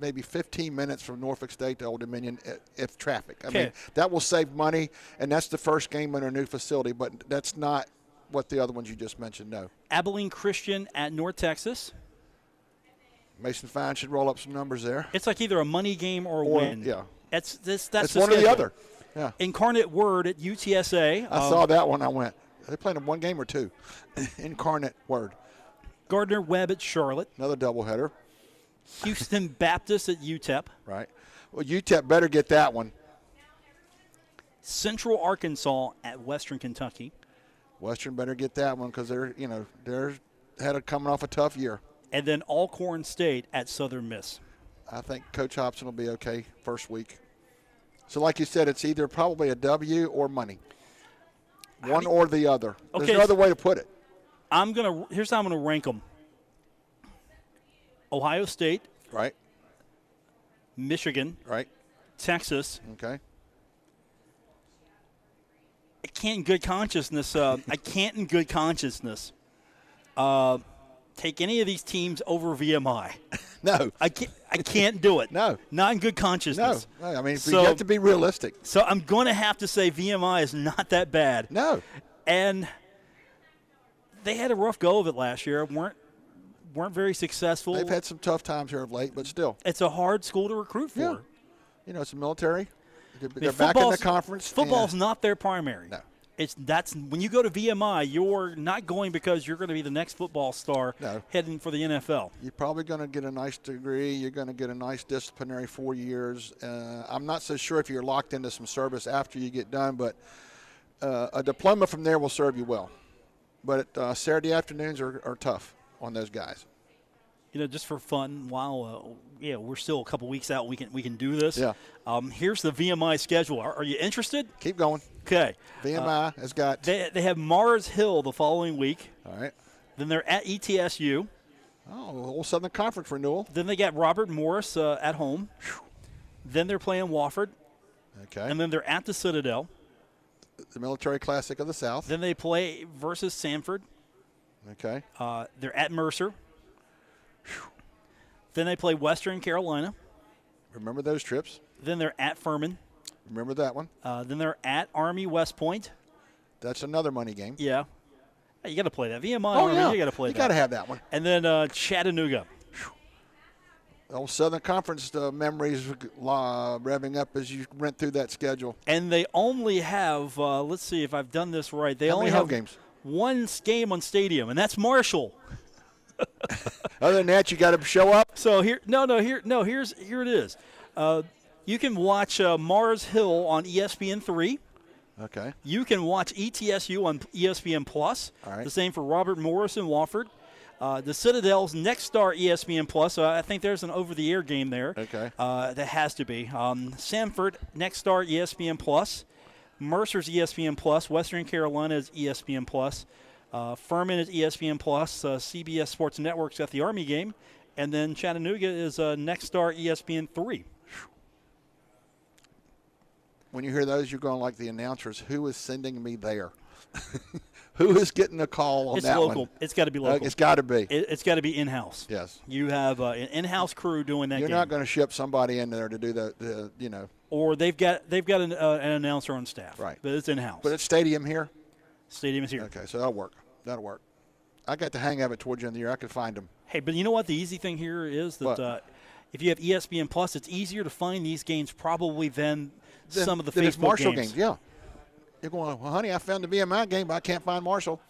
Speaker 3: maybe 15 minutes from Norfolk State to Old Dominion i- if traffic. I mean,
Speaker 2: Okay.
Speaker 3: that will save money, and that's the first game in our new facility, but that's not what the other ones you just mentioned, no.
Speaker 2: Abilene Christian at North Texas.
Speaker 3: Mason Fine should roll up some numbers there.
Speaker 2: It's like either a money game or a
Speaker 3: Or-
Speaker 2: win.
Speaker 3: yeah.
Speaker 2: That's this. That's
Speaker 3: it's one or the
Speaker 2: schedule.
Speaker 3: other. Yeah.
Speaker 2: Incarnate Word at UTSA.
Speaker 3: I
Speaker 2: Um,
Speaker 3: saw that one. I went, are they playing one game or two? Incarnate word.
Speaker 2: Gardner Webb at Charlotte.
Speaker 3: Another doubleheader.
Speaker 2: Houston Baptist at UTEP.
Speaker 3: Right. Well, UTEP better get that one.
Speaker 2: Central Arkansas at Western Kentucky.
Speaker 3: Western better get that one because they're you know they're had a coming off a tough year.
Speaker 2: And then Alcorn State at Southern Miss.
Speaker 3: I think Coach Hobson will be okay first week. So like you said, it's either probably a W or money. One or the other.
Speaker 2: Okay,
Speaker 3: There's no
Speaker 2: so-
Speaker 3: other way to put it.
Speaker 2: I'm gonna. Here's how I'm gonna rank them. Ohio State,
Speaker 3: Right.
Speaker 2: Michigan,
Speaker 3: Right.
Speaker 2: Texas,
Speaker 3: Okay.
Speaker 2: I can't in good consciousness. Uh, I can't in good consciousness uh, take any of these teams over VMI.
Speaker 3: No.
Speaker 2: I can't. I can't do it.
Speaker 3: No.
Speaker 2: not in good
Speaker 3: No,
Speaker 2: consciousness.
Speaker 3: no. I mean, if you
Speaker 2: So-
Speaker 3: have to be realistic.
Speaker 2: So I'm going to have to say VMI is not that bad.
Speaker 3: No,
Speaker 2: and they had a rough go of it last year. weweren't weren't very successful.
Speaker 3: they've had some tough times here of late, but still,
Speaker 2: it's a hard school to recruit for.
Speaker 3: Yeah. you know, it's the military. They're,
Speaker 2: I mean,
Speaker 3: they're back in the
Speaker 2: football's-
Speaker 3: conference.
Speaker 2: Football's
Speaker 3: and-
Speaker 2: not their primary.
Speaker 3: No.
Speaker 2: It's that's when you go to VMI, you're not going because you're going to be the next football star
Speaker 3: No.
Speaker 2: heading for the NFL.
Speaker 3: You're probably going to get a nice degree. You're going to get a nice disciplinary four years. Uh, I'm not so sure if you're locked into some service after you get done, but uh, a diploma from there will serve you well. But uh, Saturday afternoons are, are tough on those guys.
Speaker 2: you know, just for fun, while uh, yeah, we're still a couple weeks out, we can we can do this.
Speaker 3: Yeah.
Speaker 2: Um, here's the VMI schedule. Are, are you interested?
Speaker 3: Keep going.
Speaker 2: Okay.
Speaker 3: VMI has
Speaker 2: Uh,
Speaker 3: got.
Speaker 2: They they have Mars Hill the following week.
Speaker 3: all right.
Speaker 2: Then they're at E ETSU.
Speaker 3: Oh, old Southern Conference renewal.
Speaker 2: Then they got Robert Morris uh, at home. Then they're playing Wofford,
Speaker 3: Okay.
Speaker 2: and then they're at the Citadel.
Speaker 3: the Military Classic of the South.
Speaker 2: Then they play versus Sanford.
Speaker 3: Okay.
Speaker 2: Uh, they're at Mercer. Then they play Western Carolina.
Speaker 3: Remember those trips.
Speaker 2: Then they're at Furman.
Speaker 3: Remember that one.
Speaker 2: Uh, then they're at Army West Point.
Speaker 3: That's another money game.
Speaker 2: Yeah. Hey, You got to play that. VMI,
Speaker 3: Oh,
Speaker 2: Army,
Speaker 3: yeah.
Speaker 2: you got to play
Speaker 3: You
Speaker 2: that.
Speaker 3: gotta have that one.
Speaker 2: And then uh, Chattanooga.
Speaker 3: Old Southern Conference uh, memories uh, revving up as you went through that schedule.
Speaker 2: And they only have, uh, let's see if I've done this right, they
Speaker 3: How
Speaker 2: only
Speaker 3: many
Speaker 2: have
Speaker 3: home games?
Speaker 2: one game on stadium, and that's Marshall.
Speaker 3: Other than that, you got to show up.
Speaker 2: So here, no, no, here, no, here's, here it is. Uh, you can watch uh, Mars Hill on E ESPN3.
Speaker 3: Okay.
Speaker 2: You can watch E ETSU on ESPN Plus.
Speaker 3: All right.
Speaker 2: The same for Robert Morris and Wofford. Uh, the Citadel's Next Star E ESPN Plus. So I think there's an over-the-air game there.
Speaker 3: Okay.
Speaker 2: Uh, that has to be um, Sanford Next Star E ESPN Plus, Mercer's E ESPN Plus, Western Carolina's E ESPN Plus, uh, Furman is ESPN Plus, uh, CBS Sports Network's got the Army game, and then Chattanooga is uh, Next Star ESPN three.
Speaker 3: When you hear those, you're going like the announcers. Who is sending me there? Who is getting a call on
Speaker 2: It's
Speaker 3: that
Speaker 2: local.
Speaker 3: one?
Speaker 2: It's got to be
Speaker 3: Uh,
Speaker 2: local.
Speaker 3: it's got to be.
Speaker 2: It, it's got to be in house.
Speaker 3: Yes.
Speaker 2: You have uh, an in-house crew doing that
Speaker 3: you're
Speaker 2: game,
Speaker 3: not going to ship somebody in there to do the, the you know.
Speaker 2: or they've got they've got an, uh, an announcer on staff.
Speaker 3: Right.
Speaker 2: But it's in-house.
Speaker 3: But it's stadium here.
Speaker 2: stadium is here.
Speaker 3: Okay, so that'll work. That'll work. I got the hang of it towards the end of the year. I could find them.
Speaker 2: Hey, but you know what? The easy thing here is that
Speaker 3: What?
Speaker 2: uh, if you have ESPN Plus, it's easier to find these games probably than some of the
Speaker 3: then
Speaker 2: Facebook
Speaker 3: it's Marshall
Speaker 2: games.
Speaker 3: Yeah. You're going, well, honey, I found the VMI game, but I can't find Marshall.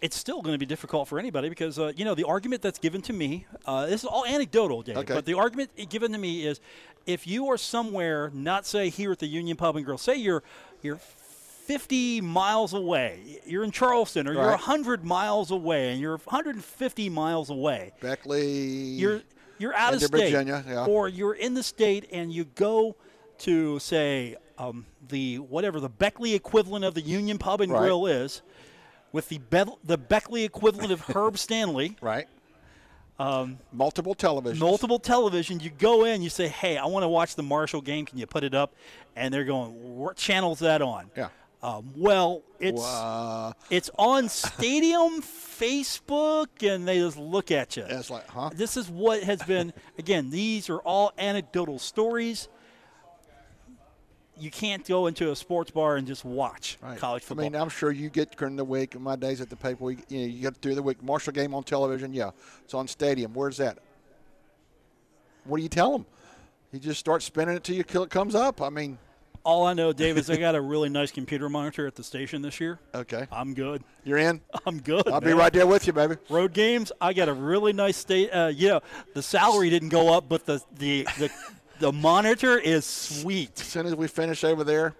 Speaker 2: It's still going to be difficult for anybody because uh, you know the argument that's given to me. Uh, this is all anecdotal, Dave,
Speaker 3: Okay.
Speaker 2: but the argument given to me is if you are somewhere, not say here at the Union Pub and Grill, say you're you're 50 miles away, you're in Charleston, or you're
Speaker 3: Right.
Speaker 2: 100 miles away, and you're 150 miles away.
Speaker 3: Beckley.
Speaker 2: you're you're out of
Speaker 3: Into
Speaker 2: state,
Speaker 3: Virginia, yeah.
Speaker 2: or you're in the state and you go to say um, the whatever the Beckley equivalent of the Union Pub and
Speaker 3: Right.
Speaker 2: Grill is, with the Bev- the Beckley equivalent of Herb Stanley,
Speaker 3: right. Um, multiple television.
Speaker 2: multiple television. You go in, you say, "Hey, I want to watch the Marshall game. Can you put it up?" And they're going, "What channel's that on?"
Speaker 3: Yeah.
Speaker 2: Um, well, it's
Speaker 3: Uh,
Speaker 2: it's on Stadium Facebook, and they just look at you.
Speaker 3: it's like, huh?
Speaker 2: This is what has been, again, these are all anecdotal stories. You can't go into a sports bar and just watch
Speaker 3: Right.
Speaker 2: college football.
Speaker 3: I mean, I'm sure you get during the week. In my days at the paper, we, you know, you get through the week. Marshall game on television. Yeah, it's on stadium. Where's that? What do you tell them? You just start spinning it till you till it comes up. I mean,
Speaker 2: all I know, Dave, is I got a really nice computer monitor at the station this year.
Speaker 3: okay,
Speaker 2: I'm good.
Speaker 3: you're in.
Speaker 2: I'm good.
Speaker 3: I'll be
Speaker 2: man.
Speaker 3: right there with you, baby.
Speaker 2: Road games, I got a really nice state. Uh, yeah, the salary didn't go up, but the the the, the monitor is sweet.
Speaker 3: As soon as we finish over there,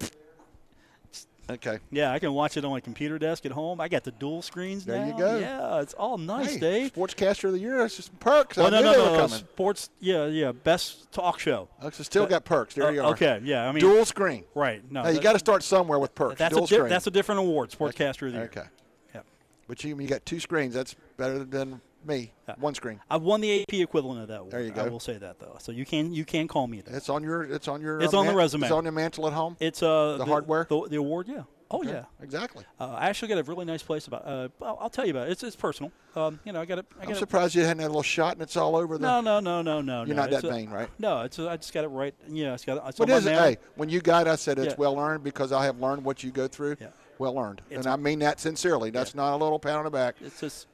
Speaker 3: okay.
Speaker 2: Yeah, I can watch it on my computer desk at home. I got the dual screens
Speaker 3: There you
Speaker 2: now.
Speaker 3: go.
Speaker 2: Yeah, it's all nice,
Speaker 3: Hey,
Speaker 2: Dave.
Speaker 3: sportscaster of the year. That's just some perks.
Speaker 2: Oh,
Speaker 3: I
Speaker 2: no,
Speaker 3: knew
Speaker 2: no,
Speaker 3: they
Speaker 2: no,
Speaker 3: were
Speaker 2: no,
Speaker 3: coming.
Speaker 2: Sports, yeah, yeah. Best talk show.
Speaker 3: Alexa still got perks. There
Speaker 2: Uh,
Speaker 3: you are.
Speaker 2: okay, yeah, I mean-
Speaker 3: dual screen.
Speaker 2: Right. No.
Speaker 3: Hey, you
Speaker 2: that-
Speaker 3: got to start somewhere with perks.
Speaker 2: that's
Speaker 3: dual
Speaker 2: a di-
Speaker 3: screen.
Speaker 2: that's a different award. Sportscaster of the year.
Speaker 3: okay.
Speaker 2: Yep.
Speaker 3: But you you got two screens. That's better than me. One screen.
Speaker 2: I've won the AP equivalent of that award.
Speaker 3: There you
Speaker 2: I
Speaker 3: go.
Speaker 2: will say that though. So you can you can call me that.
Speaker 3: It's on your. It's on your.
Speaker 2: It's
Speaker 3: uh,
Speaker 2: on the resume.
Speaker 3: It's on your mantle at home.
Speaker 2: It's uh
Speaker 3: The hardware?
Speaker 2: the, the award. Yeah. Oh yeah.
Speaker 3: Exactly.
Speaker 2: Uh, I actually got a really nice place about. Uh, I'll, I'll tell you about it. It's, it's personal. Um, you know, I got it. I
Speaker 3: I'm
Speaker 2: got it-
Speaker 3: surprised you hadn't had a little shot and it's all over the.
Speaker 2: No, no, no, no, no.
Speaker 3: You're
Speaker 2: no.
Speaker 3: not that
Speaker 2: It's a-
Speaker 3: vain, right?
Speaker 2: No, it's a, I just got it right. Yeah, it's got. It's
Speaker 3: But
Speaker 2: on my
Speaker 3: is it?
Speaker 2: mail.
Speaker 3: Hey, when you got, I said it's
Speaker 2: Yeah.
Speaker 3: well earned because I have learned what you go through.
Speaker 2: Yeah.
Speaker 3: Well earned,
Speaker 2: It's-
Speaker 3: and I mean that sincerely. That's not a little pat on the back.
Speaker 2: It's just.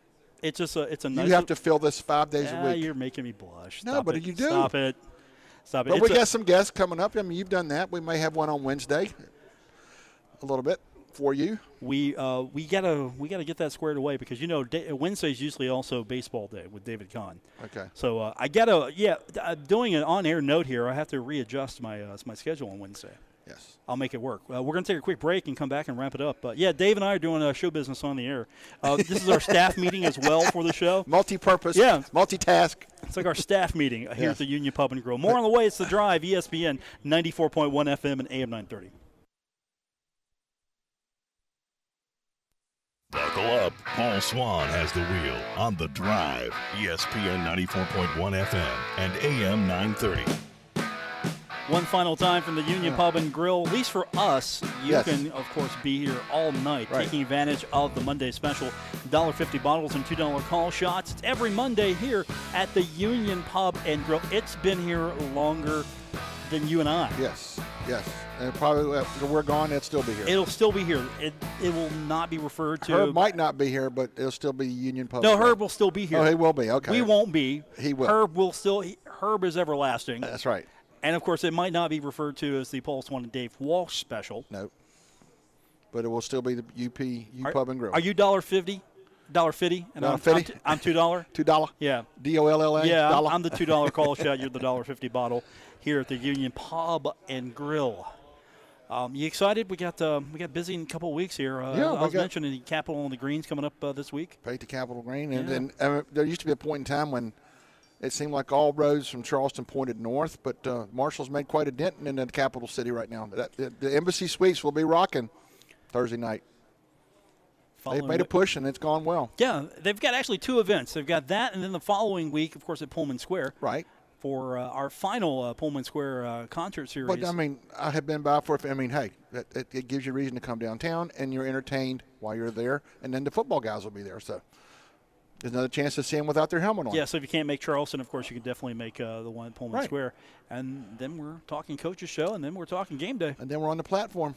Speaker 2: It's just a. It's a nice.
Speaker 3: You have to fill this five days
Speaker 2: Ah,
Speaker 3: a week.
Speaker 2: You're making me blush.
Speaker 3: No,
Speaker 2: Stop
Speaker 3: but
Speaker 2: it.
Speaker 3: you do.
Speaker 2: Stop it. Stop it.
Speaker 3: But
Speaker 2: It's
Speaker 3: we
Speaker 2: a-
Speaker 3: got some guests coming up. I mean, you've done that. We may have one on Wednesday. A little bit for you.
Speaker 2: we uh, we gotta we gotta get that squared away because you know da- Wednesday's usually also baseball day with David Kahn.
Speaker 3: Okay.
Speaker 2: So uh, I gotta yeah, d- I'm doing an on-air note here. I have to readjust my uh, my schedule on Wednesday.
Speaker 3: Yes.
Speaker 2: I'll make it work. Uh, we're going to take a quick break and come back and wrap it up. But yeah, Dave and I are doing uh, show business on the air. Uh, this is our staff meeting as well for the show.
Speaker 3: Multi-purpose.
Speaker 2: Yeah.
Speaker 3: Multitask.
Speaker 2: It's like our staff meeting here
Speaker 3: Yes.
Speaker 2: at the Union Pub and Grill. More on the way. It's the Drive, E ESPN, 94.1 FM and AM 930.
Speaker 1: Buckle up. Paul Swan has the wheel on the drive. E ESPN 94.1 FM and AM 930.
Speaker 2: One final time from the Union Pub and Grill. At least for us, you
Speaker 3: Yes.
Speaker 2: can of course be here all night,
Speaker 3: Right.
Speaker 2: taking advantage of the Monday special. $1.50 bottles and $2 call shots. It's every Monday here at the Union Pub and Grill. It's been here longer than you and I.
Speaker 3: Yes. Yes. And probably after we're gone, it'll still be here.
Speaker 2: It'll still be here. It, it will not be referred to.
Speaker 3: Herb might not be here, but it'll still be Union Public.
Speaker 2: no, Herb will still be here.
Speaker 3: Oh, he will be. Okay.
Speaker 2: We won't be.
Speaker 3: He will.
Speaker 2: Herb will still. he- Herb is everlasting.
Speaker 3: That's right.
Speaker 2: and of course, it might not be referred to as the Pulse One and Dave Walsh special.
Speaker 3: No. But it will still be the UP U
Speaker 2: Are-
Speaker 3: Pub and Grill.
Speaker 2: Are you dollar fifty? Dollar fifty? And I'm, I'm,
Speaker 3: $1.50?
Speaker 2: t- I'm two dollar.
Speaker 3: two dollar?
Speaker 2: Yeah.
Speaker 3: D O L L A.
Speaker 2: Yeah, I'm, I'm the two dollar call shot. You're the dollar fifty bottle here at the Union Pub and Grill. Um, you excited? We got uh, we got busy in a couple weeks here. Uh,
Speaker 3: Yeah,
Speaker 2: I
Speaker 3: we
Speaker 2: was
Speaker 3: got-
Speaker 2: mentioning the Capitol on the Greens coming up uh, this week.
Speaker 3: Paid to Capitol Green, and
Speaker 2: Yeah.
Speaker 3: then uh, there used to be a point in time when it seemed like all roads from Charleston pointed north, but uh, Marshall's made quite a dent in the capital city right now. That, the, the embassy suites will be rocking Thursday night. They've
Speaker 2: Following
Speaker 3: made a
Speaker 2: wh-
Speaker 3: push, and it's gone well.
Speaker 2: Yeah, they've got actually two events. They've got that, and then the following week, of course, at Pullman Square.
Speaker 3: Right.
Speaker 2: For uh, our final uh, Pullman Square uh, concert series.
Speaker 3: But I mean, I have been by for. I mean, hey, it, it, it gives you reason to come downtown, and you're entertained while you're there, and then the football guys will be there. So there's another chance to see them without their helmet on.
Speaker 2: yeah, so if you can't make Charleston, of course, you can definitely make uh, the one at Pullman
Speaker 3: Right.
Speaker 2: Square. And then we're talking coaches show, and then we're talking game day.
Speaker 3: And then we're on the platform,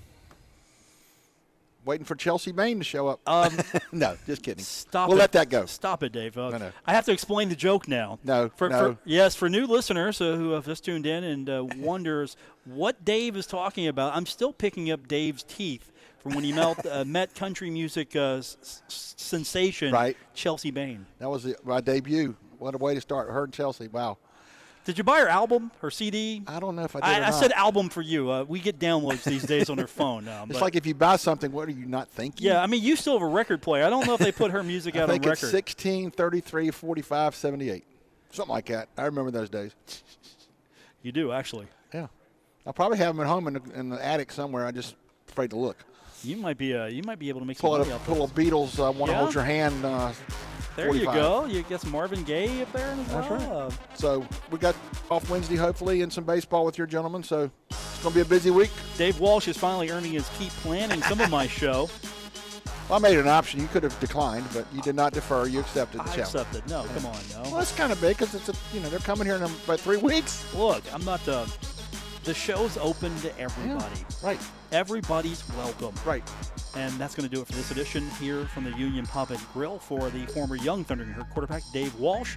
Speaker 3: waiting for Chelsea Bain to show up.
Speaker 2: Um,
Speaker 3: no, just kidding.
Speaker 2: Stop
Speaker 3: we'll
Speaker 2: it.
Speaker 3: let that go.
Speaker 2: Stop it, Dave. Uh,
Speaker 3: No, no.
Speaker 2: I have to explain the joke now.
Speaker 3: No,
Speaker 2: For,
Speaker 3: no.
Speaker 2: For, yes, for new listeners uh, who have just tuned in and uh, wonders what Dave is talking about, I'm still picking up Dave's teeth from when he melt, uh, met country music uh, s- s- sensation
Speaker 3: Right.
Speaker 2: Chelsea Bain.
Speaker 3: That was the, my debut. What a way to start. Her and Chelsea. Wow.
Speaker 2: Did you buy her album, her CD?
Speaker 3: I don't know if I did. or
Speaker 2: I, I
Speaker 3: not.
Speaker 2: said album for you. Uh, we get downloads these days on their phone. Um,
Speaker 3: it's
Speaker 2: but-
Speaker 3: like if you buy something, what are you not thinking?
Speaker 2: yeah, I mean, you still have a record player. I don't know if they put her music
Speaker 3: I
Speaker 2: out
Speaker 3: think
Speaker 2: on
Speaker 3: it's
Speaker 2: record.
Speaker 3: 16, 33, 45, 78. Something like that. I remember those days.
Speaker 2: You do actually.
Speaker 3: Yeah. I probably have them at home in the, in the attic somewhere. I'm just afraid to look.
Speaker 2: You might be. Uh, you might be able to make some
Speaker 3: Pull out
Speaker 2: money
Speaker 3: a,
Speaker 2: off
Speaker 3: pull a Beatles, uh, Want to
Speaker 2: Yeah.
Speaker 3: Hold Your Hand. Uh,
Speaker 2: There
Speaker 3: 45.
Speaker 2: you go. You got some Marvin Gaye up there as
Speaker 3: That's
Speaker 2: well.
Speaker 3: right.
Speaker 2: Uh,
Speaker 3: So we got off Wednesday, hopefully, and some baseball with your gentlemen. So it's going to be a busy week.
Speaker 2: Dave Walsh is finally earning his keep planning some of my show.
Speaker 3: Well, I made an option. You could have declined, but you did not defer. You accepted the
Speaker 2: I
Speaker 3: challenge.
Speaker 2: accepted. No, come on,
Speaker 3: Well,
Speaker 2: no.
Speaker 3: that's kind of big because it's a, you know they're coming here in about three weeks.
Speaker 2: Look, I'm not the. The show's open to everybody.
Speaker 3: Right,
Speaker 2: Everybody's welcome.
Speaker 3: right.
Speaker 2: And that's going to do it for this edition here from the Union Pub and Grill for the former Young Thunder and her quarterback, Dave Walsh.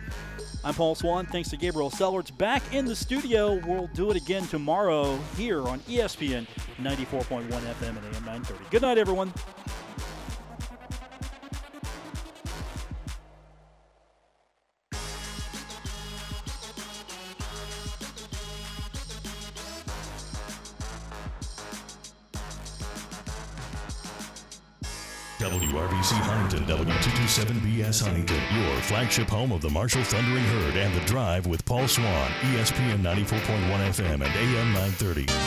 Speaker 2: I'm Paul Swan. Thanks to Gabriel Sellards. Back in the studio. We'll do it again tomorrow here on E ESPN 94.1 FM and AM 930. Good night, everyone.
Speaker 1: WRBC Huntington, W227BS Huntington, your flagship home of the Marshall Thundering E Herd and The Drive with Paul Swan, ESPN 94.1 FM and AM 930.